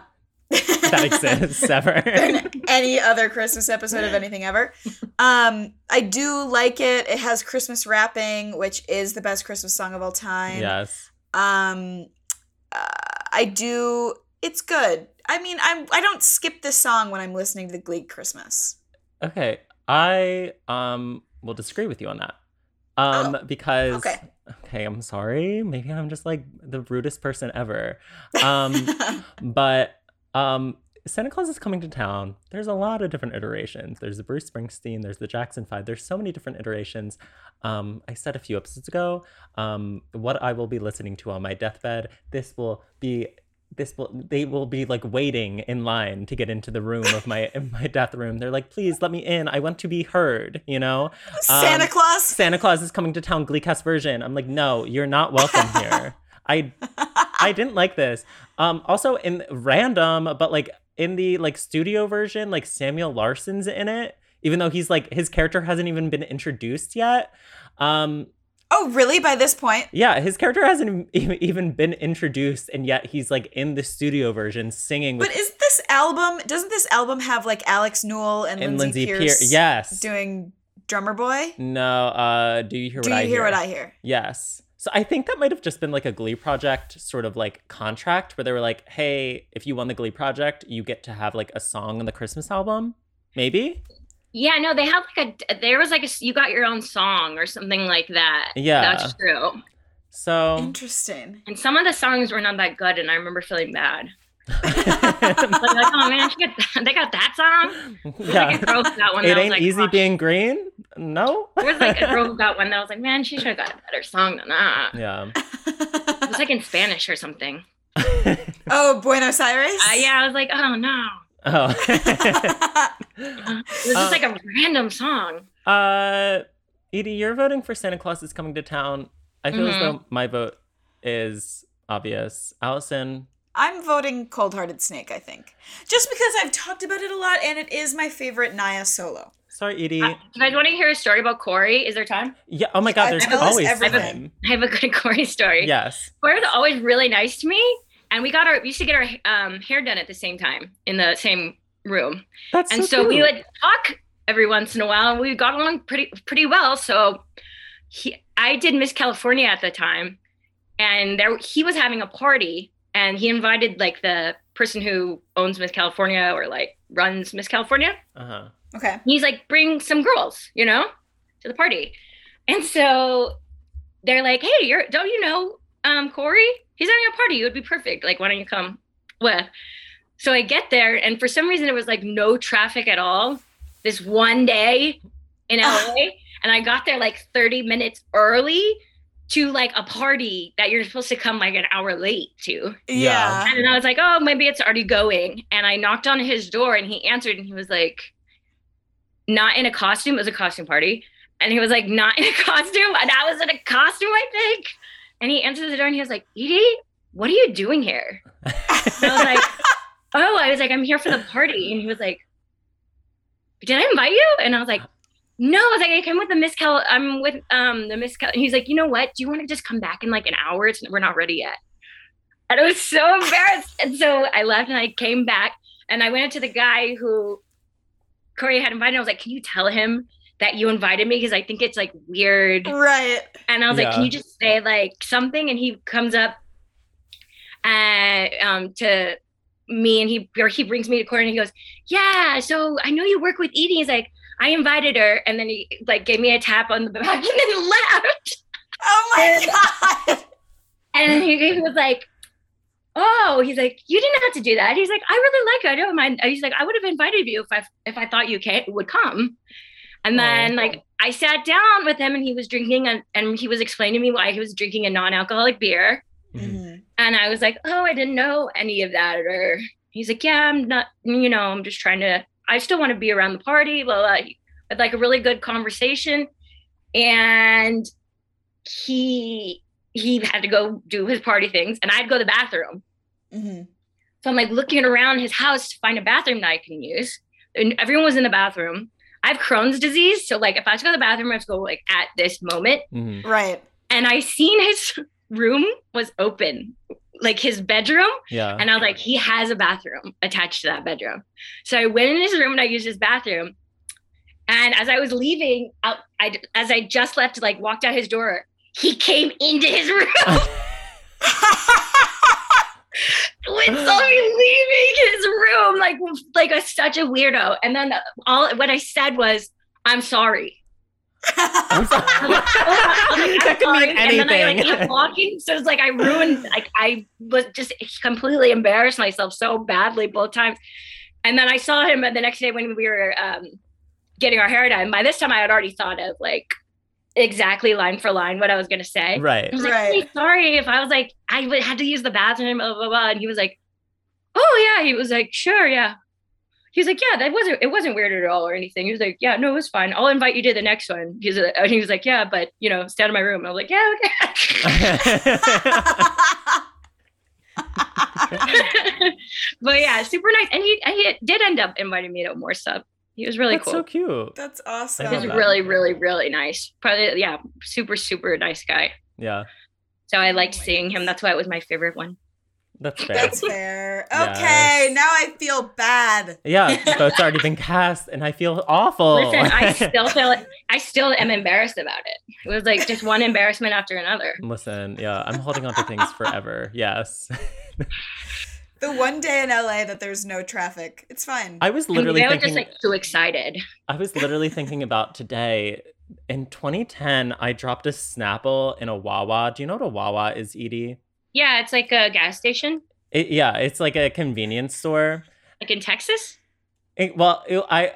that exists (laughs) ever.
(laughs) than any other Christmas episode of anything ever. Um, I do like it. It has Christmas wrapping, which is the best Christmas song of all time.
yes.
Um, uh, I do. It's good. I mean, I'm I don't skip this song when I'm listening to the Glee Christmas.
Okay. I um will disagree with you on that. Um because
Oh, okay.
okay, I'm sorry. Maybe I'm just like the rudest person ever. Um but um Santa Claus is coming to town. There's a lot of different iterations. There's the Bruce Springsteen, there's the Jackson 5. There's so many different iterations. Um, I said a few episodes ago, um, what I will be listening to on my deathbed, this will be this will they will be like waiting in line to get into the room of my (laughs) in my death room. They're like, please let me in. I want to be heard, you know?
(laughs) Santa
Um,
Claus.
Santa Claus is coming to town Gleecast version. I'm like, no, you're not welcome here. I I didn't like this. Um also in random, but like in the like studio version, like Samuel Larson's in it, even though he's like his character hasn't even been introduced yet. Um
Oh, really? By this point,
yeah, his character hasn't e- even been introduced and yet he's like in the studio version singing with
but is this album? Doesn't this album have like Alex Newell and,
and
Lindsay,
Lindsay Pierce.
Pierce?
Yes.
doing Drummer Boy.
no, uh do you hear
Do
what
you
I
hear, what I hear?
Yes. So I think that might have just been like a Glee project sort of like contract where they were like, hey, if you won the Glee project, you get to have like a song on the Christmas album. Maybe?
Yeah, no, they had like a there was like a s- you got your own song or something like that.
Yeah.
That's true.
So
Interesting.
And some of the songs were not that good and I remember feeling
(laughs)
bad. (laughs) Like, like, oh man, she got they got that song. I
(laughs) yeah.
think I drove that one.
It
that was
ain't
like,
easy
gosh.
being green.
(laughs)
No.
There was like I drove that one that I was like, man, she should have got a better song than that.
yeah.
It was like in Spanish or something.
Oh, Buenos Aires.
Uh,
(laughs)
yeah, I was like, oh no,
Oh. (laughs)
it was
Uh,
just like a random song.
uh Edie, you're voting for Santa Claus is coming to town. I feel
Mm-hmm.
as though my vote is obvious. Allison,
(laughs) I'm voting Cold Hearted Snake, I think. Just because I've talked about it a lot and it is my favorite Naya solo.
sorry, Edie.
Uh, you guys want to hear a story about Corey? Is there time?
yeah, oh my god,
I-
there's
I list
always
everything.
time.
I have a good (laughs) Corey story.
Yes.
Corey was always really nice to me, and we got our we used to get our um, hair done at the same time in the same room,
That's
and so, we
cute.
would talk every once in a while, and we got along pretty pretty well. So he, I did Miss California at the time, and there he was having a party, and he invited like the person who owns Miss California or like runs Miss California.
uh-huh.
Okay.
And he's like, bring some girls, you know, to the party. And so they're like, hey, you're don't you know um Corey? He's having a party. You would be perfect. Like, why don't you come with? So I get there, and for some reason it was like no traffic at all. This one day in LA. and I got there like 30 minutes early to like a party that you're supposed to come like an hour late to.
Yeah.
Yeah.
And I was like, oh, maybe it's already going. And I knocked on his door and he answered and he was like, not in a costume. It was a costume party. And he was like, not in a (laughs) costume. And I was in a costume, I think. And he answered the door and he was like, Edie, what are you doing here? And I was like, oh, I was like, I'm here for the party. And he was like, did I invite you? And I was like, no, I was like, I came with the Miss Cal. I'm with um the Miss Cal. And he's like, you know what? Do you want to just come back in like an hour? It's, we're not ready yet. And I was so embarrassed. And so I left and I came back and I went up to the guy who Corey had invited. I was like, can you tell him that you invited me? Because I think it's like (laughs) weird.
Right.
And I was like,
Yeah.
can you just say like something? And he comes up uh, um, to me and he or he brings me to court and he goes, yeah, so I know you work with Edie. He's like, I invited her. And then he like gave me a tap on the (laughs) back and then left.
Oh
(laughs)
my God.
And he, he was like, oh, he's like, you didn't have to do that. He's like, I really like her. I don't mind. He's like, I would have invited you if I if I thought you ca- would come. And then
Oh.
like I sat down with him and he was drinking and and he was explaining to me why he was drinking a non-alcoholic beer.
Mhm.
Mhm.
And I was like, oh, I didn't know any of that. Or he's like, yeah, I'm not, you know, I'm just trying to, I still want to be around the party, blah, blah. But like a really good conversation. And he he had to go do his party things, and I'd go to the bathroom.
hmm
Mm-hmm.
So I'm like looking around his house to find a bathroom that I can use. And everyone was in the bathroom. I have Crohn's disease. So like if I have to go to the bathroom, I have to go like at this moment.
Mhm.
Right. (laughs)
And I seen his (laughs) room was open, like his bedroom.
Yeah.
And I was like, he has a bathroom attached to that bedroom. So I went in his room and I used his bathroom. And as I was leaving, out, I as I just left, to, like walked out his door, he came into his room (laughs) with somebody leaving his room, like like a, such a weirdo. And then all what I said was, "I'm sorry."
I'm sorry. (laughs) that could mean
And then I like,
anything.
kept walking. So it's like I ruined, like I was just completely embarrassed myself so badly both times. And then I saw him the next day when we were um, getting our hair done. By this time, I had already thought of like exactly line for line what I was going to say.
(laughs) right.
(laughs) I was like,
Right.
"Hey, sorry if I was like, I would- had to use the bathroom, blah, blah, blah. And he was like, oh, yeah. He was like, sure, yeah. He was like, yeah, that wasn't, it wasn't weird at all or anything. He was like, yeah, no, it was fine. I'll invite you to the next one. He was, uh, and he was like, yeah, but, you know, stay out of my room. I was like, yeah,
(laughs)
okay. but yeah, super nice. And he, and he did end up inviting me to more stuff. He was really
That's
cool.
so cute.
That's
I
He was
love
awesome.
that.
really, really, really nice. Probably, yeah, super, super nice guy.
Yeah.
So I liked
Nice.
seeing him. That's why it was my favorite one.
That's fair.
That's fair.
Yes.
Okay, now I feel bad.
yeah. So it's already been cast, and I feel awful.
Listen,
(laughs) Oh.
I still feel it. I still am embarrassed about it. It was like just one embarrassment after another.
Listen, yeah, I'm holding on to things forever. Yes. (laughs)
The one day in LA that there's no traffic. It's fine. (laughs)
I (laughs) was
And
literally
they were
thinking
just like too excited.
I was literally thinking about today. In 2010, I dropped a Snapple in a Wawa. Do you know what a Wawa is, Edie?
Yeah, it's like a gas station,
It, yeah, it's like a convenience store.
like in Texas.
It- well, it- I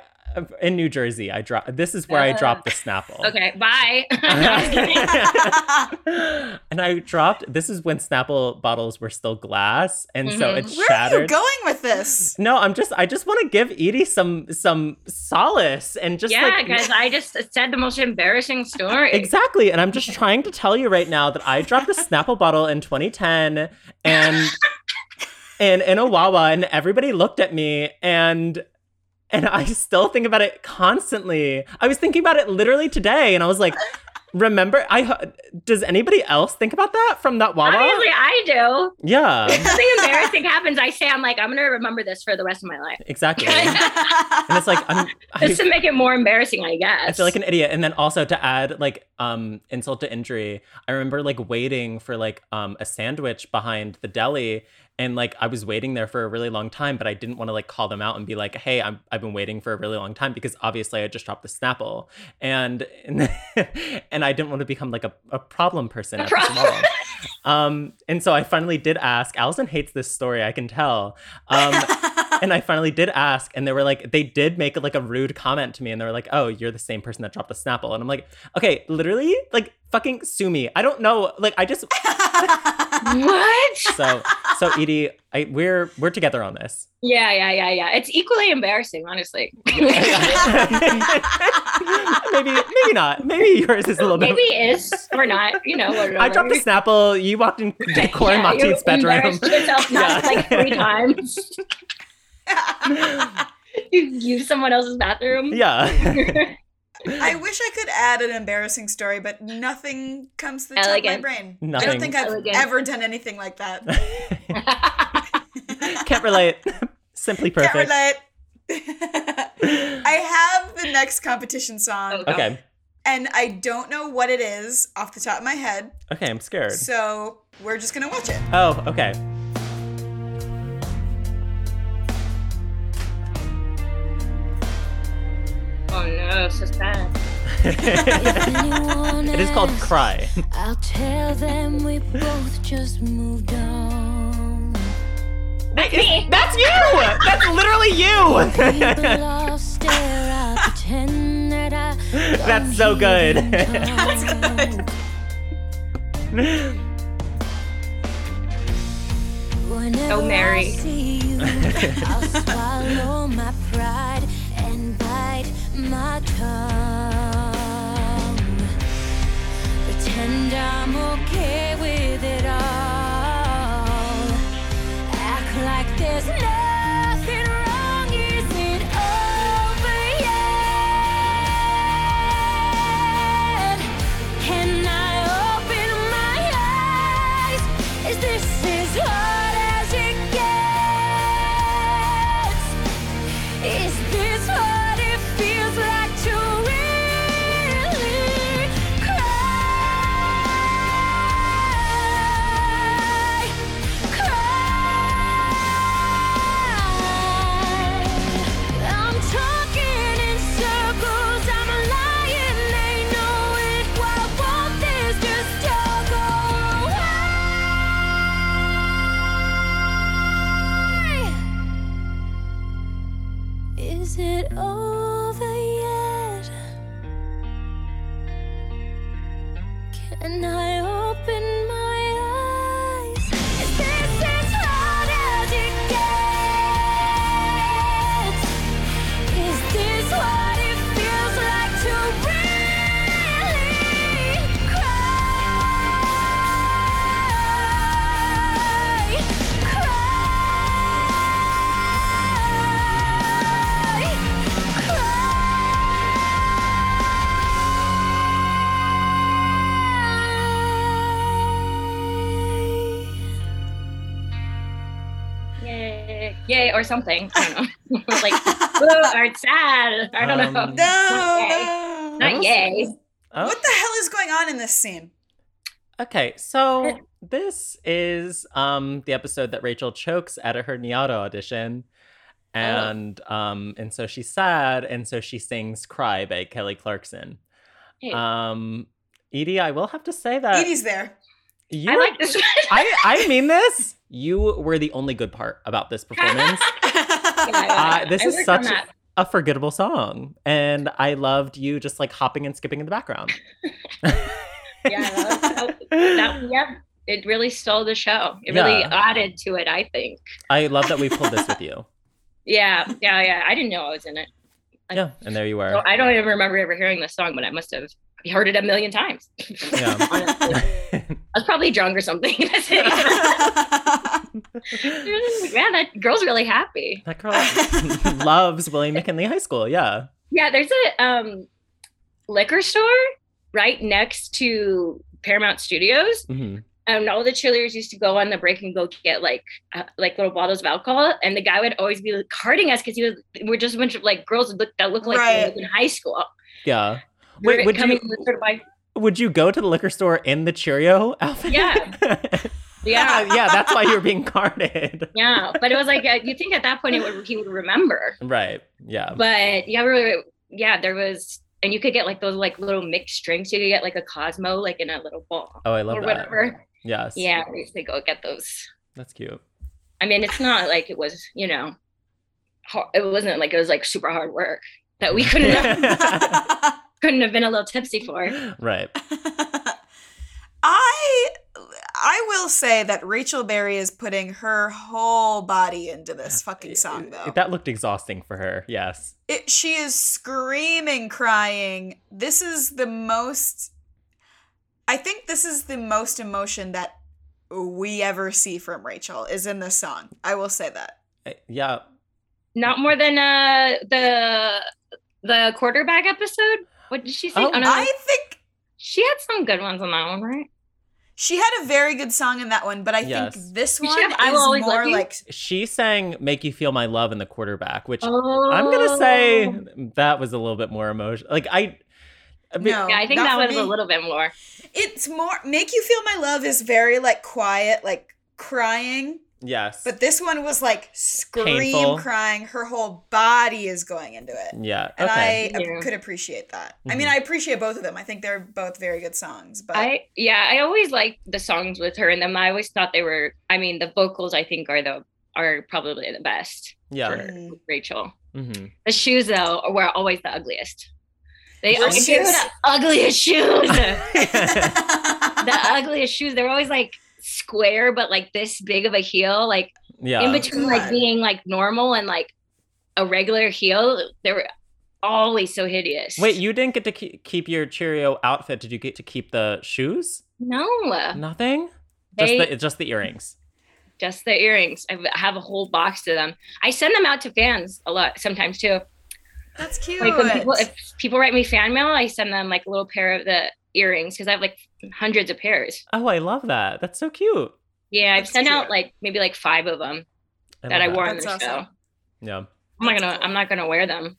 in New Jersey, I dropped. This is where I
Uh,
dropped the Snapple.
Okay, (laughs) bye.
(laughs) and I dropped. This is when Snapple bottles were still glass, and so it
Where are you
shattered.
going with
(laughs)
this?
No, I'm just. I just want to give Edie some some solace and just
yeah,
like
because I just said the most embarrassing story.
Exactly. And I'm just trying to tell you right now that I dropped a Snapple bottle in 2010 and and in a Wawa and everybody looked at me and and I still think about it constantly. I was thinking about it literally today and I was like, remember I hu- does anybody else think about that from that Wawa?
Obviously, I do.
Yeah.
Something embarrassing happens. I say, I'm like, I'm gonna remember this for the rest of my life, (laughs)
Exactly. and it's like I'm I,
just to make it more embarrassing, I guess.
I feel like an idiot. And then also to add like um insult to injury, I remember like waiting for like um a sandwich behind the deli and like I was waiting there for a really long time, but I didn't want to like call them out and be like, "Hey, I'm I've been waiting for a really long time" because obviously I just dropped the Snapple. And and, (laughs) and I didn't want to become like a, a problem person
A
after
problem.
all. Um and so I finally did ask. Allison hates this story, I can tell.
(laughs)
Um and I finally did ask, and they were like, they did make like a rude comment to me, and they were like, "Oh, you're the same person that dropped the Snapple," and I'm like, "Okay, literally, like fucking sue me. I don't know, like I just
(laughs)
(laughs)
what?
so so Edie, I we're we're together on
(laughs)
this. (laughs)
Yeah, yeah, yeah, yeah. It's equally embarrassing, honestly.
maybe maybe not. Maybe yours is a
(laughs)
little
Maybe
bit.
it is or not, you know. Whatever.
I dropped the Snapple. You walked into Corey
(laughs) Yeah, you
Monteith's
(laughs)
bedroom.
embarrassed Yourself not
Yeah.
like
(laughs)
three times. (laughs) you use someone else's bathroom.
Yeah.
(laughs)
I wish I could add an embarrassing story, but nothing comes to the top
Elegant.
of my brain. I
Nothing.
don't think I've
Elegant.
ever done anything like
(laughs)
that.
Can't relate. (laughs) Simply
Can't
perfect.
relate. (laughs) I have the next competition song,
Okay.
Okay.
and I don't know what it is off the top of my head,
Okay, I'm scared.
so we're just gonna watch it.
Oh, okay.
Oh no, so sad.
It is called
(laughs)
Cry.
I'll tell them we both just moved on.
That's me.
That's you! That's literally you! (laughs)
People all stare, I pretend that I.
That's so good.
good. Whenever
Mary.
I see you, I'll swallow my pride and bite my tongue. Pretend and I'm okay with it all. Act like there's nothing wrong, is it over yet? Can I open my eyes? Is this as hard as it gets? Is this what it feels like to really cry? Cry. I'm talking in circles. I'm a lion. They know it. Why won't this just all go away? Is it over yet? Can I open my eyes? Is this as hard as it gets? Is this what it feels like to really cry? Cry. Cry.
Yay. Yay, or something. I don't
(laughs)
know. (laughs) like, whoa, or it's sad. I don't know.
Um,
No,
Okay.
no.
(laughs) Not yay.
Oh,
What the hell is going on in this scene?
Eh
Okay, so this is um the episode that Rachel chokes at her Niato audition.
Oh.
And um and so she's sad and so she sings Cry by Kelly Clarkson.
Hey,
Um Edie, I will have to say that
Edie's there.
you
I
were-
like this one.
(laughs) I, I mean this. You were the only good part about
(laughs)
this performance. Uh, this
I
is
worked on
such
that.
a forgettable song. And I loved you just like hopping and skipping in the background.
yeah, that, was-
(laughs)
that- yep. It really stole the show. It really
Yeah.
added to it, I think.
I love that we pulled this with you.
Yeah, yeah, yeah. I didn't know I was in it. (laughs) I-
Yeah. And there you
So
were.
I don't even remember ever hearing this song, but I must have heard it a million times. (laughs)
Yeah.
Honestly. I was probably drunk or something. (laughs) That's it. Man, that girl's really happy.
That girl (laughs) loves William McKinley High School. Yeah.
Yeah, there's a um, liquor store right next to Paramount Studios,
hmm
and all the cheerleaders used to go on the break and go get like uh, like little bottles of alcohol, and the guy would always be like, carding us because he was we're just a bunch of like girls that look, that look like they
Right.
look in high school.
Yeah.
We
Wait,
were
would
coming
you-
with sort of like
Would you go to the liquor store in the Cheerio outfit? (laughs) Uh,
Yeah. yeah.
yeah. That's why you were being carded.
Yeah, but it was like uh, you think at that point it would, he would remember,
Right. Yeah.
but yeah, we were- yeah, there was, and you could get like those like little mixed drinks. You could get like a Cosmo, like in a little ball
Oh, I love
or
that.
whatever.
Yes.
Yeah, we used to go get those. (laughs)
That's cute.
I mean, it's not like it was, you know, hard, it wasn't like it was like super hard work that we couldn't
(laughs)
have, couldn't have been a little tipsy for.
right.
I I will say that Rachel Berry is putting her whole body into this fucking song though.
That looked exhausting for her. Yes.
it, she is screaming, crying. This is the most. I think this is the most emotion that we ever see from Rachel is in this song. I will say that.
Uh, Yeah.
Not more than uh the the quarterback episode. What did she say?
Oh,
no,
I think
she had some good ones on that one, right?
she had a very good song in that one, but I
Yes.
think this
Did
one
she have I Will
is
Always Love
more
You?
like
She sang "Make You Feel My Love" in the quarterback, which
Oh,
I'm gonna say that was a little bit more emotional. Like I, I mean,
no.
Yeah, I think
not
that
for
was a
me.
little bit more.
It's more make you feel my love is very like quiet, like crying.
yes,
But this one was like scream
Painful.
crying. Her whole body is going into it.
yeah,
And
okay, Mm-hmm.
I ap-
Yeah.
could appreciate that. I mean, I appreciate both of them. I think they're both very good songs. But
I yeah, I always liked the songs with her in them. I always thought they were. I mean, the vocals I think are the are probably the best.
yeah,
for
Mm.
Rachel.
hmm
The shoes though were always the ugliest. They
Her
always they were
shoes.
the ugliest
(laughs)
shoes. the
Mm-hmm.
ugliest shoes. They were always like square, but like this big of a heel, like
(laughs) yeah,
in between like
God.
being like normal and like a regular heel. There were always so hideous.
Wait, you didn't get to ke- keep your Cheerio outfit. Did you get to keep the shoes?
no,
Nothing.
They-
Just the just the earrings.
just the earrings. I have a whole box of them. I send them out to fans a lot sometimes too.
That's cute.
Like when people, if people write me fan mail, I send them like a little pair of the earrings because I have like hundreds of pairs.
Oh, I love that. That's so cute.
Yeah, I've
That's
sent out
cute.
like maybe like five of them
I
that I
love
wore on the
That's
show.
awesome.
Yeah,
I'm not
That's
gonna.
cool.
I'm not gonna wear them.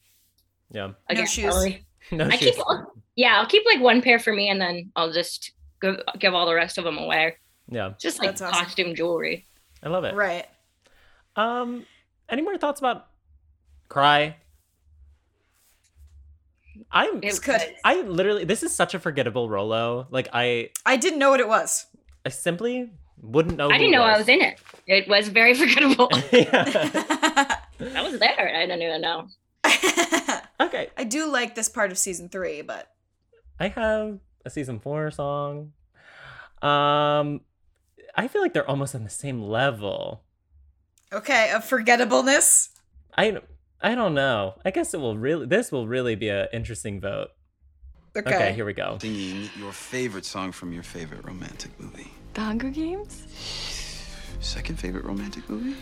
yeah. (laughs)
No
again,
shoes.
probably.
No
I
shoes.
keep. all- yeah, I'll keep like one pair for me, and then I'll just go, give all the rest of them away.
Yeah,
Just like
That's awesome.
costume jewelry.
I love it.
right.
Um, any more thoughts about cry? I'm.
It-
It's good.
I literally. This is such a forgettable Rolo. Like I,
I didn't know what
(laughs)
it was.
I simply wouldn't know.
I
who
didn't know I was
was
in it. It was very (laughs)
(laughs)
forgettable. (laughs)
yeah.
I was there. I didn't even know.
I
Okay.
do like this part of season three, but
I have a season four song. Um, I feel like they're almost on the same level.
okay, of forgettableness.
I I don't know. I guess it will really. This will really be an interesting vote.
Okay.
Okay, here we go.
Singing your favorite song from your favorite romantic movie.
The Hunger Games?
Second favorite romantic movie?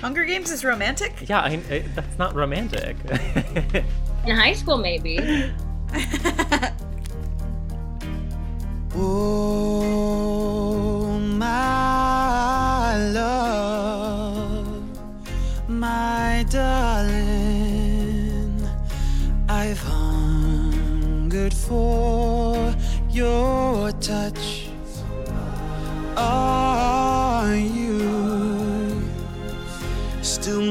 Hunger Games is romantic.
Yeah, I, I, that's not romantic. (laughs)
In high school, maybe.
Oh, my love, my darling, I've hungered for your touch. Are you still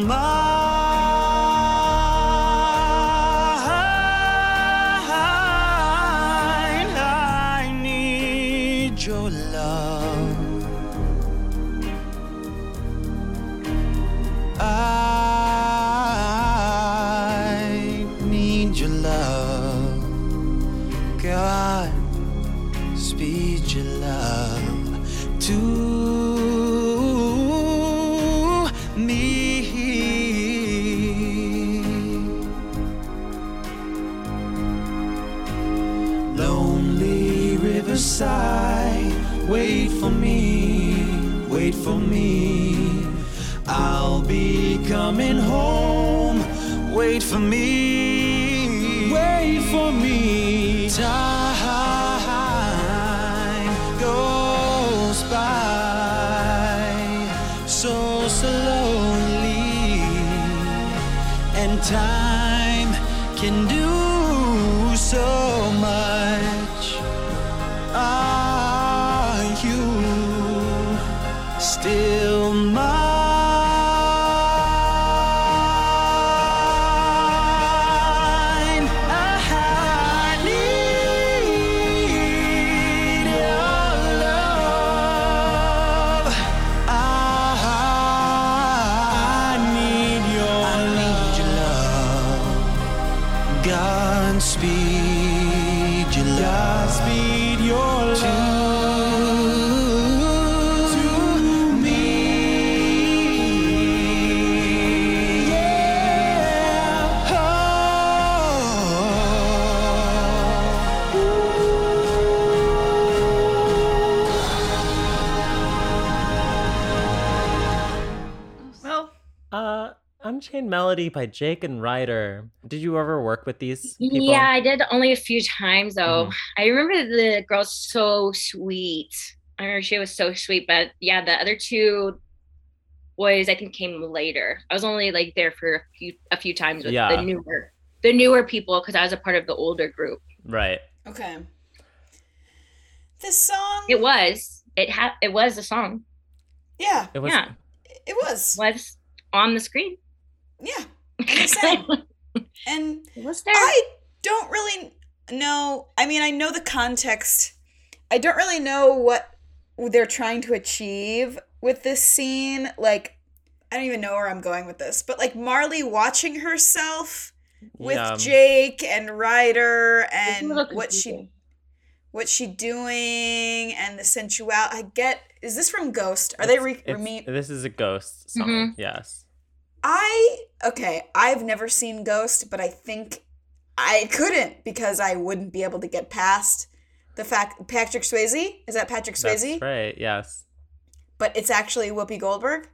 mine? I need your love. I need your love. God, speed your love to me. Lonely riverside, wait for me, wait for me. I'll be coming home, wait for me, wait for me. Time goes by so slowly and time can do so much. Are you still mine? I need your love. I need your love. Godspeed your love. Godspeed your love. To me. Yeah. Oh.
Well,
uh, Unchained Melody by Jake and Ryder. Did you ever work with these people? Mm-hmm.
Yeah, I did only a few times though. I remember the girl so sweet. I remember she was so sweet, but yeah, the other two boys I think came later. I was only like there for a few a few times with
Yeah.
the newer the newer people because I was a part of the older group.
Right.
okay. This song.
It was it had it was a song
yeah,
It was.
Yeah.
it was.
was on the screen.
Yeah,
(laughs)
Same.
it
and
was there.
I don't really know. I mean, I know the context. I don't really know what they're trying to achieve with this scene. Like, I don't even know where I'm going with this, but like Marley watching herself with
yeah.
Jake and Ryder
It's a
and
little
what she
confusing.
what she doing and the sensual. I get. Is this from Ghost? Are they re-
It's-
reme-
This is a ghost song.
Mhm.
Yes.
I okay, I've never seen Ghost, but I think I couldn't because I wouldn't be able to get past the fact Patrick Swayze is that Patrick
That's
Swayze?
right. Yes.
But it's actually Whoopi
(laughs)
Goldberg.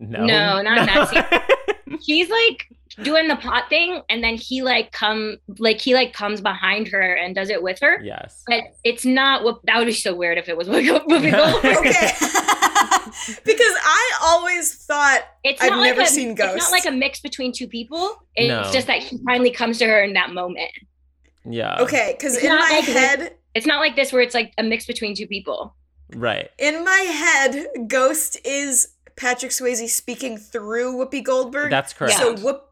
No.
No, not in that scene.
(laughs)
He's like doing the pot thing, and then he like come like he like comes behind her and does it with her.
yes.
But it's not what that would be so weird if it was Whoopi
(laughs)
Goldberg.
Okay. (laughs) because I always thought
It's
I've
not like
never
a,
seen
It's
Ghost.
not like a mix between two people. It's
No.
just that he finally comes to her in that moment.
Yeah.
okay, because
It's
in
not
my
like it-
head,
It's not like this where it's like a mix between two people.
Right.
in my head, Ghost is Patrick Swayze speaking through Whoopi Goldberg.
That's correct.
So Whoop,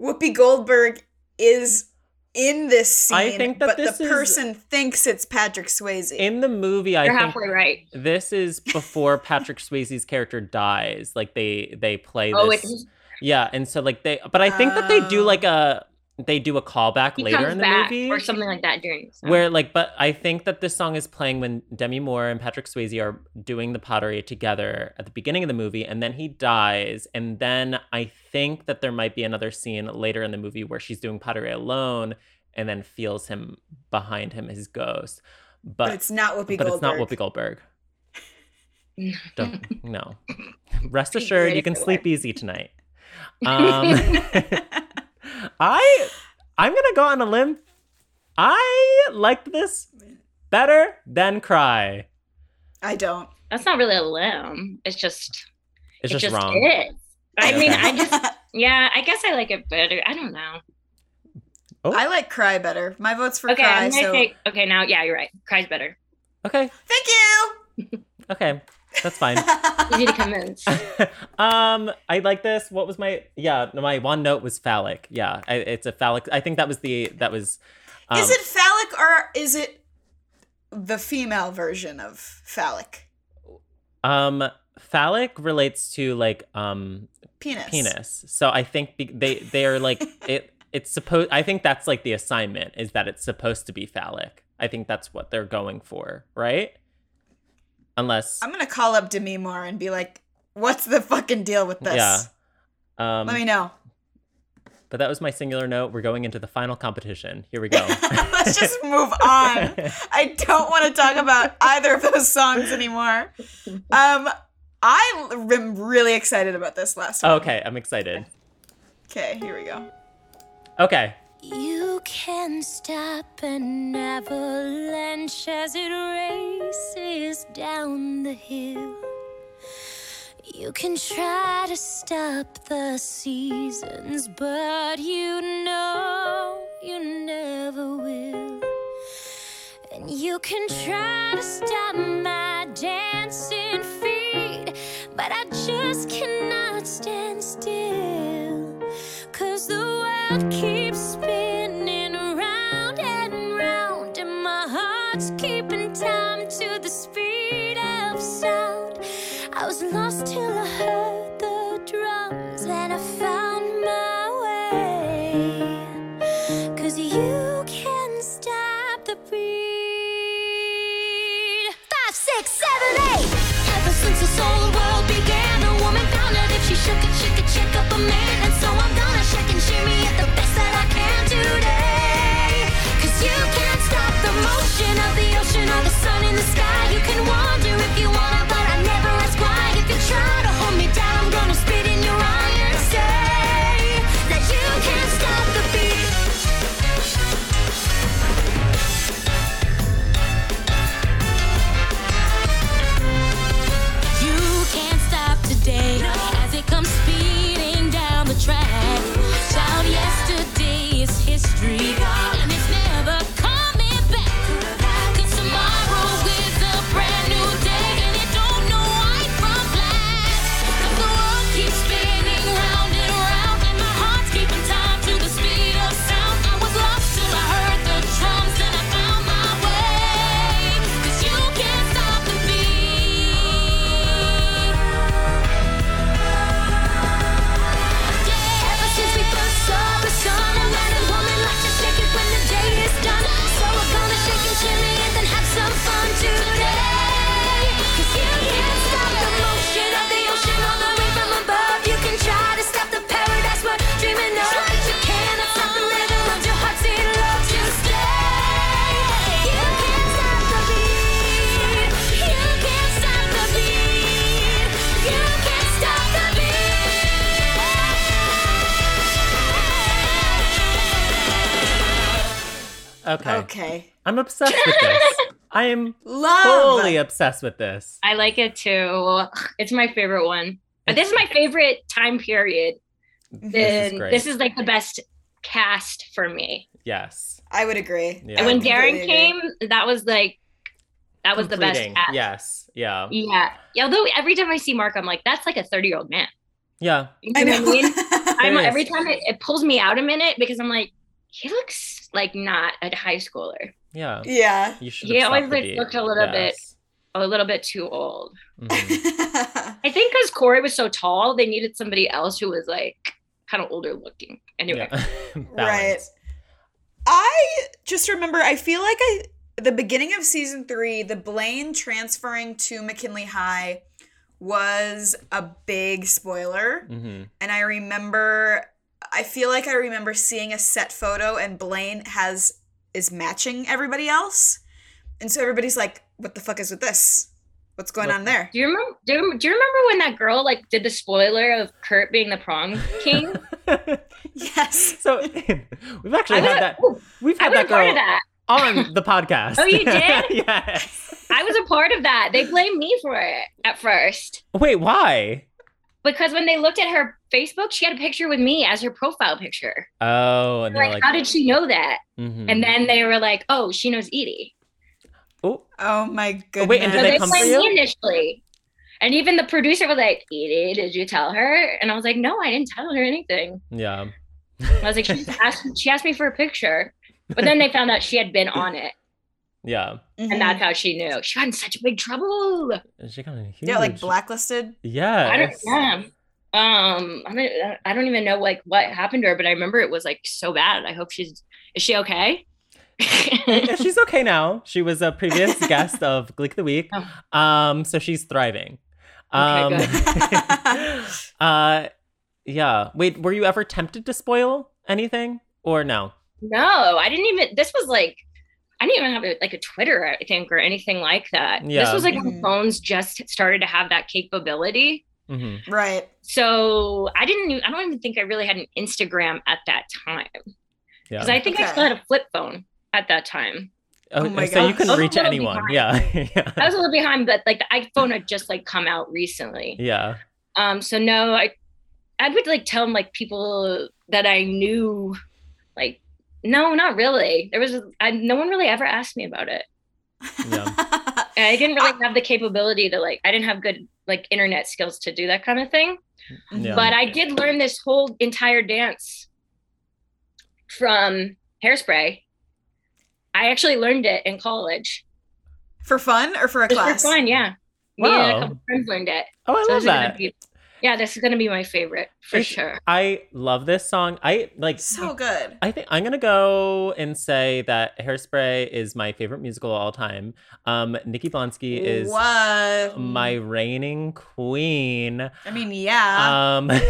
Whoopi Goldberg is in this scene,
I think that
but
this
the
is-
person thinks it's Patrick Swayze.
in the movie, I
You're
think
halfway right.
this is before Patrick Swayze's character dies. Like they they play
Oh,
this.
it,
Yeah, and so like they, but I think that they do
Oh.
like a they do a callback
he
later
comes
in the
back
movie
or something like that during. the song.
where like, but I think that this song is playing when Demi Moore and Patrick Swayze are doing the pottery together at the beginning of the movie, and then he dies, and then I think that there might be another scene later in the movie where she's doing pottery alone, and then feels him behind him, his ghost,
but,
but
it's not Whoopi
but
Goldberg.
it's not Whoopi Goldberg. Don't, no. Rest
Be
assured,
great
you
if
can
it were.
sleep easy tonight. Um, (laughs) I I'm gonna go on a limb. I liked this better than Cry.
I don't.
that's not really a limb. It's just
It's
it
just,
just
wrong.
is. I mean,
Okay.
I just yeah. I guess I like it better. I don't know.
(laughs) I like Cry better. My vote's for
Okay,
Cry.
I'm gonna
so
take. Okay, now yeah, you're right. Cries better.
Okay,
thank you.
okay,
(laughs)
that's fine. (laughs)
Easy to convince.
um, I like this. What was my yeah? no, My one note was phallic. Yeah, I, it's a phallic. I think that was the that was. Um,
is it phallic or is it the female version of phallic?
um phallic relates to like um
Penis.
penis. So I think be- they they
(laughs)
are like it. It's supposed. I think that's like the assignment is that it's supposed to be phallic. I think that's what they're going for, right? Unless
I'm gonna call up Demi Moore and be like, "What's the fucking deal with this?
yeah. Um,
Let me know."
but that was my singular note. We're going into the final competition. Here we
(laughs)
go.
(laughs) Let's just move on. I don't want to talk about either of those songs anymore. Um, I am really excited about this last one.
okay, I'm excited.
Okay, here we go.
Okay,
You can stop an avalanche as it races down the hill. You can try to stop the seasons, but you know you never will. And you can try to stop my dancing feet, but I just cannot stand still. Cause the world keeps spinning round and round, and my heart's keeping time to the speed of sound. I was lost till I heard the drums, and I found my way. Cause you can stop the beat. Five, six, seven, eight. Ever since this old world began, a woman found out if she shook it, she could shake up a man. And so I'm gonna shake and shimmy at the best that I can today. Cause you can't stop the motion of the ocean or the sun in the sky. You can wonder if you wanna, but I never ask why. If you try to hold me down, I'm gonna spit in your eye and say that you can't stop the beat. You can't stop today as it comes speeding down the track. Shout yesterday is history and it's never coming back. 'Cause tomorrow is a brand new day and it don't know white from black. 'Cause the world keeps spinning round and round and my heart's keeping time to the speed of sound. I was lost till I heard the drums and I found my way. 'Cause you can't stop the beat. Ever since we first saw the sun, a man and woman like to shake
Okay.
Okay.
I'm obsessed with this.
Um,
I am
Love.
totally obsessed with this.
I like it too. (sighs) It's my favorite one. But this is my favorite time period.
This is
Then
great.
this is like the best cast for me.
Yes.
I would agree.
Yeah.
and when
I completely
Darren
agree.
came, that was like that was the best
Completing.
cast.
Yes. Yeah.
Yeah. Yeah. Although every time I see Mark, I'm like, that's like a 30 year old man.
Yeah.
You
I
know what I
(laughs)
mean?
know. (laughs)
I'm
Yes.
every time it, it pulls me out a minute because I'm like, he looks like not a high schooler,
Yeah.
yeah.
You should.
Yeah,
have
always,
stopped the
like,
beat.
looked a little bit- a little bit too old.
Mhm.
(laughs)
I think because Corey was so tall, they needed somebody else who was like kind of older looking. (laughs) Anyway,
Yeah. (laughs)
Right.
Balance.
I just remember I feel like I the beginning of season 3, the Blaine transferring to McKinley High was a big spoiler.
Mhm.
(laughs) and I remember I feel like I remember seeing a set photo and Blaine has is matching everybody else. And so everybody's like, what the fuck is with this? What's going
What-
on there?
do you remember? Do you, do you remember when that girl like did the spoiler of Kurt being the prom
(laughs)
king?
(laughs) Yes.
So (laughs) we've actually
I was,
had
a-
that.
ooh,
We've
I
had
was a part
that girl
of that. (laughs)
on the podcast. (laughs)
Oh, you did?
yes.
I was a part of that. They blamed me for it at first
Wait, why?
because when they looked at her Facebook, she had a picture with me as her profile picture.
Oh, and they're
Like,
like,
how did she know that?
mhm.
And then they were like, oh, she knows Edie.
oh,
Oh my goodness.
wait, and did
So
they
they
come for
blamed
you?
me initially. And even the producer was like, Edie, did you tell her? And I was like, no, I didn't tell her anything.
yeah.
I was like, she, just asked, she asked me for a picture. But then they found out she had been on it.
Yeah.
Mhm.
And that's how she knew. She got in such big trouble.
She got a huge.
yeah, like blacklisted.
Yes.
I don't, yeah. Um, I don't, I don't even know like what happened to her, but I remember it was like so bad. I hope she's, is she okay?
Yeah, she's okay now. She was a previous
(laughs)
guest of Gleek the Week. Um, so she's thriving. Um,
Oh. Okay,
(laughs) uh, yeah. Wait, were you ever tempted to spoil anything or no?
(laughs) No, I didn't even. This was like, I didn't even have a, like a Twitter, I think, or anything like that. This
Yeah.
was like when
Mhm.
phones just started to have that capability.
hmm
right.
So I didn't. e- I don't even think I really had an Instagram at that time
Yeah.
because I think I
Okay.
still had a flip phone at that time.
Oh,
Oh my
so you
gosh.
can
Those
reach
are really
anyone.
behind.
Yeah. (laughs) yeah.
I was a little behind, but like the iPhone had just like come out recently.
(laughs) yeah.
Um, so no, I I would like tell like people that I knew, like no, not really. There was I, no one really ever asked me about it.
Yeah.
And I didn't really have the capability to like I didn't have good like internet skills to do that kind of thing.
Yeah.
But I did learn this whole entire dance from hairspray. I actually learned it in college.
(laughs) for fun or for a
Just for
class?
fun, yeah. Me and
Wow.
a couple friends learned it.
Oh, I
So
love
those are gonna
that.
be- yeah, this is gonna be my favorite for
It's-
sure.
I love this song. I like
So good.
I think I'm gonna go and say that Hairspray is my favorite musical of all time. Um, Nikki Blonsky is
what? I
my reigning queen.
mean, yeah.
um, (laughs) uh,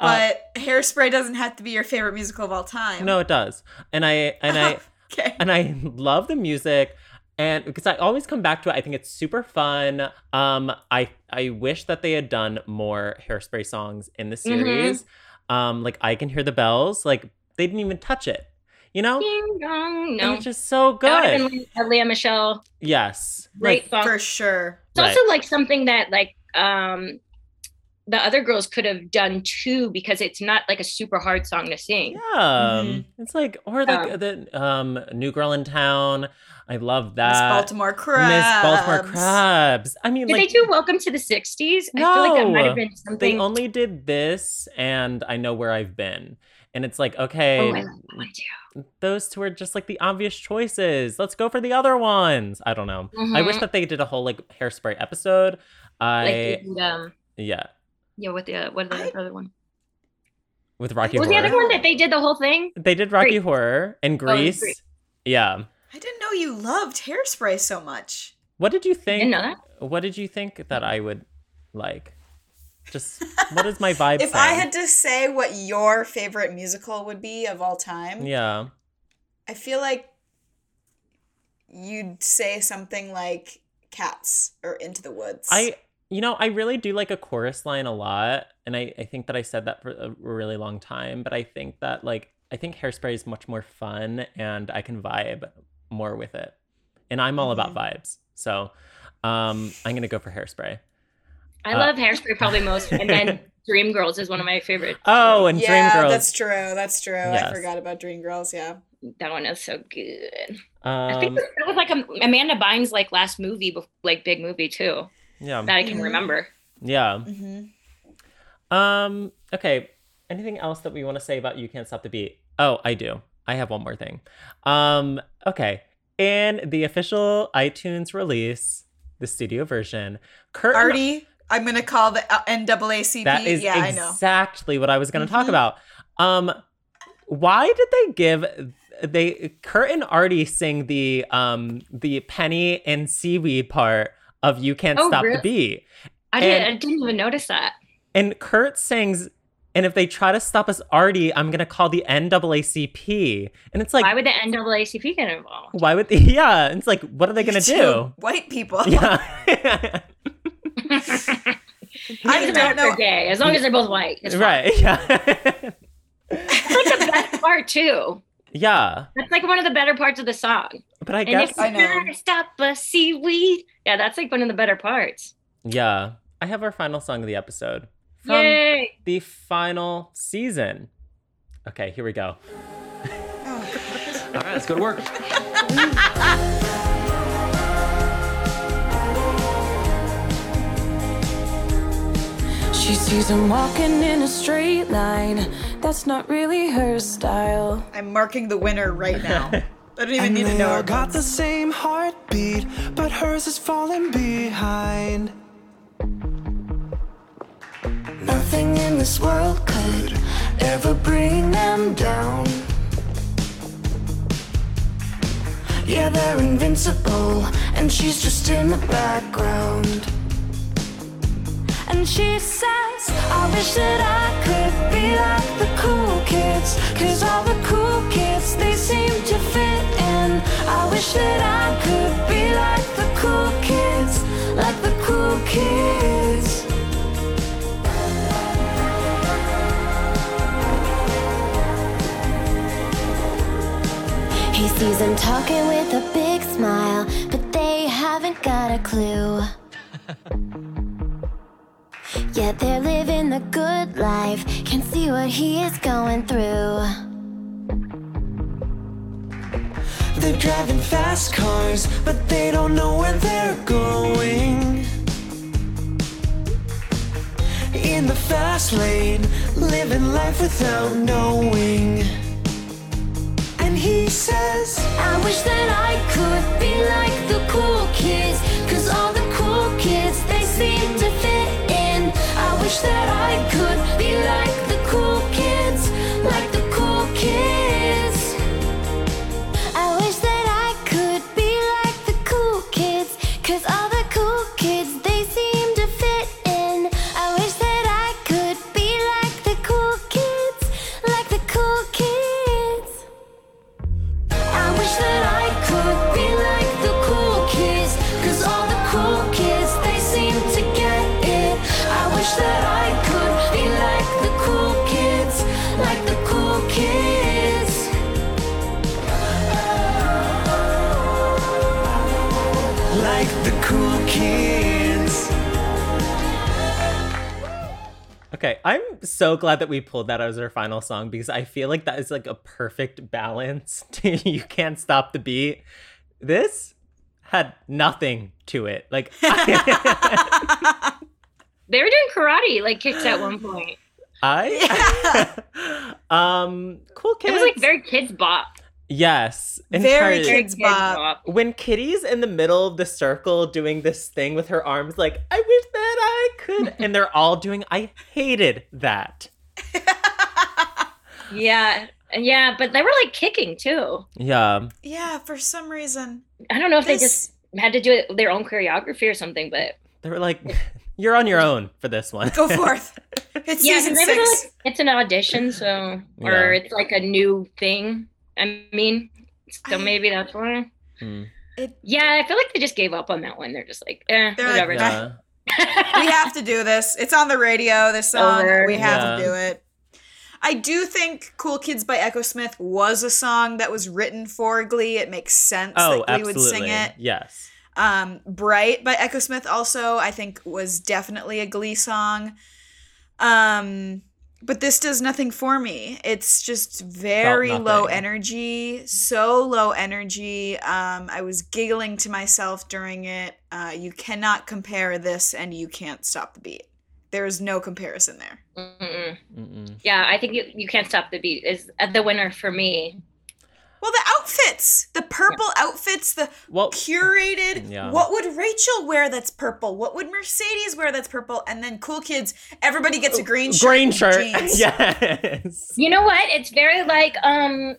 but hairspray doesn't have to be your favorite musical of all time.
no, it does, and I and
(laughs)
I
Okay.
and I love the music. And because I always come back to it, I think it's super fun. Um, I I wish that they had done more hairspray songs in the
Mm-hmm.
series. Um, like I can hear the bells. Like they didn't even touch it, you know.
Ding dong,
And
no.
oh. it's just so
That would have
good.
been like a Leah Michelle.
yes,
Great
Like,
song.
For sure.
It's
Right.
also like something that like um the other girls could have done too because it's not like a super hard song to sing.
yeah, it's like or like
Mm-hmm. Yeah.
the um new girl in town. I love
Miss
that
Baltimore Crabs.
Miss Baltimore Crabs. I mean,
Did
like
they do Welcome to the 60s? I feel like that might
No.
have been
they
something.
only did this and I know where I've been. And it's like,
oh,
okay,
I love that one too.
those two are just like the obvious choices. Let's go for the other ones. I don't know. I wish
Mhm.
that they did a whole like hairspray episode.
Like they
I
did, um,
yeah,
yeah, with the what was the other one?
with Rocky
What was
Horror.
the other one that they did the whole thing?
they did Rocky
Grease.
Horror and
Oh, and
Grease.
Grease.
Yeah.
I didn't know you loved hairspray so much.
What did you think?
Didn't know that.
What did you think that I would like? Just what
(laughs)
is my vibe?
If I
saying?
had to say what your favorite musical would be of all time,
yeah,
I feel like you'd say something like Cats or Into the Woods.
I you know I really do like a chorus line a lot, and I I think that I said that for a really long time, but I think that like. I think Hairspray is much more fun and I can vibe more with it. And I'm all about
Mm-hmm.
vibes. So um, I'm going to go for Hairspray.
I
Uh,
love Hairspray probably most, and then (laughs) Dreamgirls is one of my favorite.
Oh, and
yeah,
Dreamgirls.
that's true. That's true. I
Yes.
forgot about Dream Girls. Yeah.
That one is so good. I think
(laughs)
Um,
that was like um, Amanda Bynes' like last movie, bef- like big movie too,
yeah.
that I can remember.
Yeah.
hmm
Um, okay. Anything else that we want to say about You Can't Stop the Beat? Oh, I do. I have one more thing. Um, okay. In the official iTunes release, the studio version, Kurt and
Artie, I'm gonna call the uh, NAACP.
That is
yeah, I know.
exactly what I was going to talk
Mhm.
about. Um, why did they give they Kurt and Artie sing the um the penny and seaweed part of "You Can't
Oh,
Stop
really?
the Beat"?
I didn't,
And-
I didn't even notice that.
And Kurt sings, "And if they try to stop us, Artie, I'm going to call the NAACP." And it's like,
Why would the NAACP get involved?
why would they, (laughs) yeah? It's like, what are they going to
Two
do? (laughs)
White people.
Yeah,
I don't know.
They're gay, as long as they're both white. It's fine.
right. Yeah, (laughs)
That's like the best part too.
yeah.
That's like one of the better parts of the song.
But I
And
guess
if
I
I
know.
stop a seaweed, yeah, that's like one of the better parts.
Yeah. I have our final song of the episode from
Yay!
the final season. Okay, here we go.
All right, let's go to work.
She sees him walking in a straight line. That's not really her style.
I'm marking the winner right
(laughs)
now. I don't even need to
they
know.
all
our
got the
votes.
same heartbeat, but hers is falling behind.
Nothing in this world could ever bring them down. Yeah, they're invincible, and she's just in the background. And she says, I wish that I could be like the cool kids. Cause all the cool kids, they seem to fit in. I wish that I could be like the cool kids, like the cool kids. He sees them talking with a big smile, but they haven't got a
(laughs)
clue. Yet they're living the good life, can see what he is going through.
They're driving fast cars, but they don't know where they're going. In the fast lane, living life without knowing. And he says,
I wish that I could be like the cool kids, cause all the cool kids, they seem to fit in. I wish that I could be like the cool kids, like the cool kids. I wish that I could be like the cool kids, cause all the cool kids, they seem to fit in. I wish that I could be like the cool kids, like the cool kids. I wish that I could be like the cool kids, cause all the cool kids, they seem to get it. I wish that I could be like the cool kids, like the cool kids.
like the cool kids.
Okay, I'm so glad that we pulled that as our final song because I feel like that is like a perfect balance. (laughs) to you can't stop the beat. This had nothing to it.
(laughs)
Like I,
They were doing karate like kicks at
(gasps)
one point.
I- (laughs) um cool
It
kids.
was like very kids bop.
yes,
Very
entirely.
Very
Kids bop.
when Kitty's in the middle of the circle doing this thing with her arms, like, I wish that I
(laughs)
could. and they're all doing, I hated that.
Yeah. And yeah, but they were like kicking too.
Yeah.
Yeah, for some reason.
I don't know if
This,
they just had to do it, their own choreography or something, but
They were like, (laughs)
(laughs)
you're on your own for this one. (laughs)
go
(laughs)
forth. It's
yeah, 'cause
season
maybe they're,
six.
(laughs) like, it's an audition, so or
Yeah.
it's like a new thing. I mean, so
I-
maybe that's why.
Mm.
It-
yeah, I feel like they just gave up on that one. They're just like, eh,
They're like,
whatever.
Yeah.
we have to do this. It's on the radio. This song.
Over.
We have
Yeah.
to do it. I do think Cool Kids by Echo Smith was a song that was written for Glee. It makes sense
Oh,
that Glee
absolutely.
would sing it.
Yes.
Um, Bright by Echo Smith also, I think, was definitely a Glee song. Um, but this does nothing for me. It's just very
Felt
low
nothing.
energy, so low energy. Um, I was giggling to myself during it. Uh, you cannot compare this, and you can't stop the beat. There is no comparison there.
Mm-mm.
Mm-mm.
Yeah, I think you, you can't stop the beat is uh, the winner for me.
Well, the outfits, the purple outfits, the
Well,
curated.
Yeah.
What would Rachel wear that's purple? What would Mercedes wear that's purple? And then cool kids, everybody gets a green shirt.
Oh, green
and
shirt. (laughs)
(laughs)
jeans.
Yes.
You know what? It's very like um,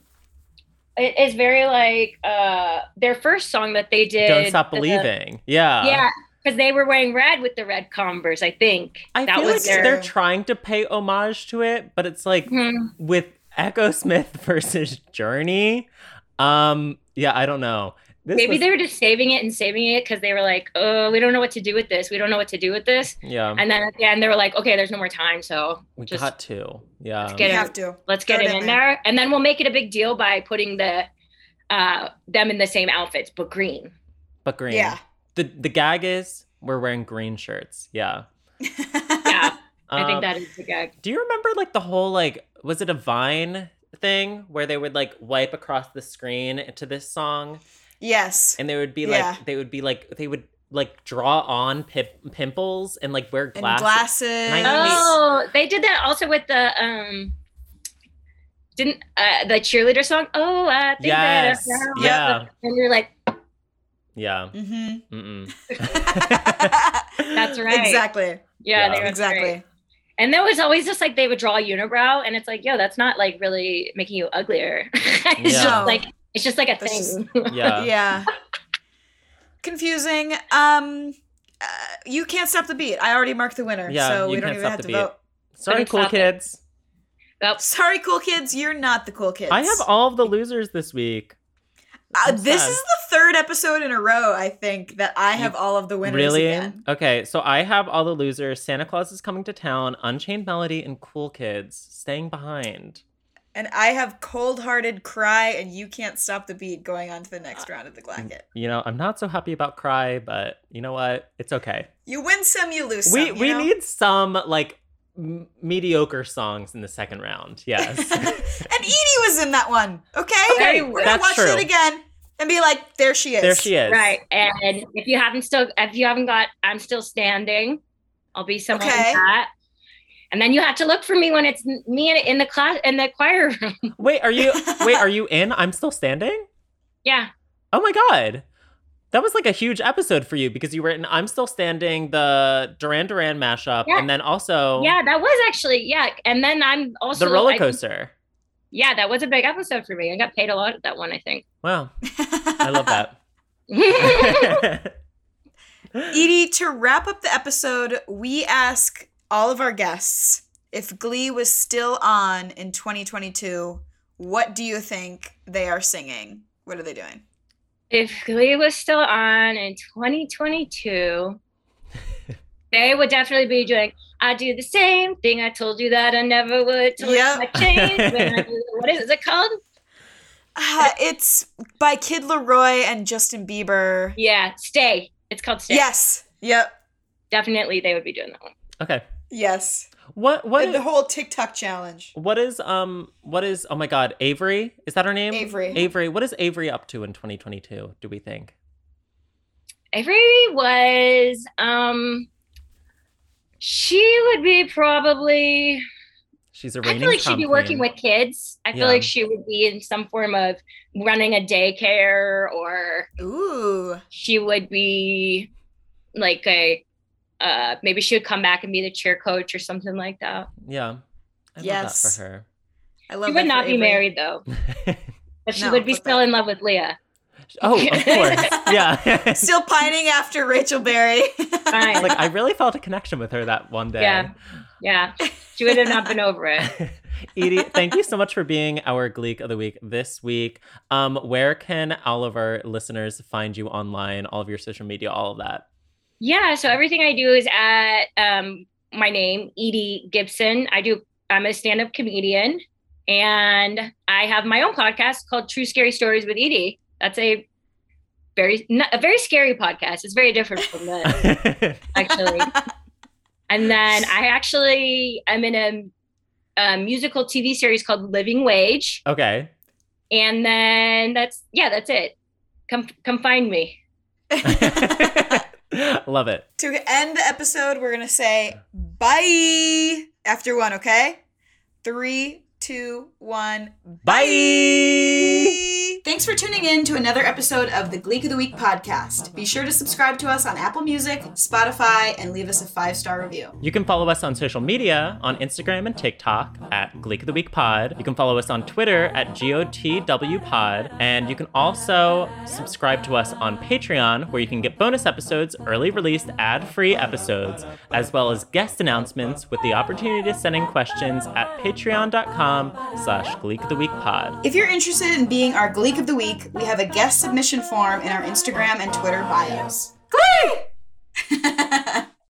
it is very like uh their first song that they did.
Don't stop
the-
believing. Yeah.
yeah, because they were wearing red with the red Converse. I think
I
that
feel
was
like
their.
they're trying to pay homage to it, but it's like
Mhm.
with Echo Smith (laughs) versus Journey. Um, yeah, I don't know. This
Maybe
was-
they were just saving it and saving it because they were like, "Oh, we don't know what to do with this. We don't know what to do with this."
yeah,
And then at the end, they were like, "Okay, there's no more time, so
we
just
got to. Yeah.
get
You
it.
have to.
let's get
Throw
it
it in
in, there, and then we'll make it a big deal by putting the uh them in the same outfits but green."
But green.
Yeah.
The the gag is we're wearing green shirts. Yeah. (laughs)
Yeah, I
Um,
think that is the gag.
Do you remember like the whole like was it a Vine thing where they would like wipe across the screen to this song
yes.
and they would be
Yeah.
like they would be like they would like draw on pip- pimples and like wear
And
glasses.
glasses.
Nice.
Oh, they did that also with the um didn't uh the cheerleader song? Oh, I think
Yes.
that uh,
Yeah.
and you're like
Yeah.
(laughs) Mhm.
Mm-mm. (laughs) (gasps)
That's right.
Exactly.
yeah,
Yeah.
they were great.
Exactly.
And there was always just like they would draw a unibrow and it's like, yo, that's not like really making you uglier. (laughs) it's
Yeah.
just like it's just like a
That's just-
thing. (laughs)
(laughs)
Yeah.
yeah. Confusing. Um, uh, you can't stop the beat. I already marked the winner,
Yeah,
so
you
we don't
can't
even
stop
have
the
to
beat.
vote.
Sorry,
Couldn't
cool
stop it.
kids.
Yep.
Sorry, cool kids. You're not the cool kids.
I have all of the losers this week.
Uh,
I'm
this
sad.
is the third episode in a row, I think, that I have all of the winners
really?
again.
Okay, so I have all the losers. Santa Claus is coming to town. Unchained Melody and Cool Kids staying behind.
And I have cold hearted cry and you can't stop the beat going on to the next round of the glacket.
You know, I'm not so happy about Cry, but you know what? It's okay.
You win some, you lose some.
we
you
we
know? (laughs)
need some like m- mediocre songs in the second round. Yes.
and Edie was in that one. Okay.
Okay,
We're gonna
that's
watch
true.
it again and be like, there she is.
there she is.
Right. And if you haven't still if you haven't got I'm still standing, I'll be someone
Okay.
like that. And then you have to look for me when it's n- me in, in the class in the choir room. (laughs)
Wait, are you wait, are you in? I'm still standing?
yeah.
Oh my god. That was like a huge episode for you because you were in I'm Still Standing, the Duran Duran mashup,
Yeah.
and then also
Yeah, that was actually yeah. And then I'm also
Oh. the roller
I-
coaster.
yeah, that was a big episode for me. I got paid a lot at that one, I
(laughs)
think. (laughs)
Wow. I
(laughs)
love that. (laughs)
Edie, to wrap up the episode, we ask all of our guests if Glee was still on in 2022, what do you think they are singing? What are they doing?
if Glee was still on in
(laughs)
2022, they would definitely be doing. I do the same thing. I told you that I never would. Told
Yep.
you I changed.
(laughs)
when I do-" what is it called?
Uh, it's by Kid Leroy and Justin Bieber.
Yeah, stay. It's called stay.
Yes. Yep.
definitely they would be doing that one.
okay.
Yes.
What what
And the whole TikTok challenge.
what is um what is oh my god, Avery? Is that her name?
Avery.
Avery, what is Avery up to in 2022, do we think?
Avery was um, she would be probably.
She's a
I
reigning
feel like she'd
prom
be working
queen.
with kids. I
Yeah.
feel like she would be in some form of running a daycare or
Ooh.
she would be like a uh maybe she would come back and be the cheer coach or something like that.
Yeah. I
Yes.
love that
I love
she would
that for
not be
Avery.
married though,
for her.
but she
No,
would be
but
still
that-
in love with Leah.
oh, of
(laughs)
course. Yeah. (laughs)
Still pining after
(laughs)
Rachel Berry.
Fine.
like I really felt a connection with her that one day.
Yeah.
(laughs)
yeah. She would have not been over it.
(laughs) Edie, thank you so much for being our Gleek of the Week this week. Um, where can all of our listeners find you online, all of your social media, all of that? (laughs)
Yeah, so everything I do is at um my name, Edie Gibson. I do I'm a stand up comedian and I have my own podcast called True Scary Stories with Edie. That's a very not, a very scary podcast. It's very different from this actually. and then I actually am in a, a musical TV series called Living Wage.
(laughs)
okay. (laughs)
And then that's yeah, that's it. Come come find me.
Love it.
(laughs) To end the episode, we're gonna say bye after one, okay? Three, two, one,
Bye.
Thanks for tuning in to another episode of the Gleek of the Week podcast. Be sure to subscribe to us on Apple Music, Spotify, and leave us a five star review.
You can follow us on social media on Instagram and TikTok at Gleek of the Week Pod. You can follow us on Twitter at GOTW Pod. And you can also subscribe to us on Patreon, where you can get bonus episodes, early released ad free episodes, as well as guest announcements with the opportunity to send in questions at patreon.com slash Gleek of the Week Pod.
If you're interested in being our Gleek of the Week, we have a guest submission form in our Instagram and Twitter bios. Gleek!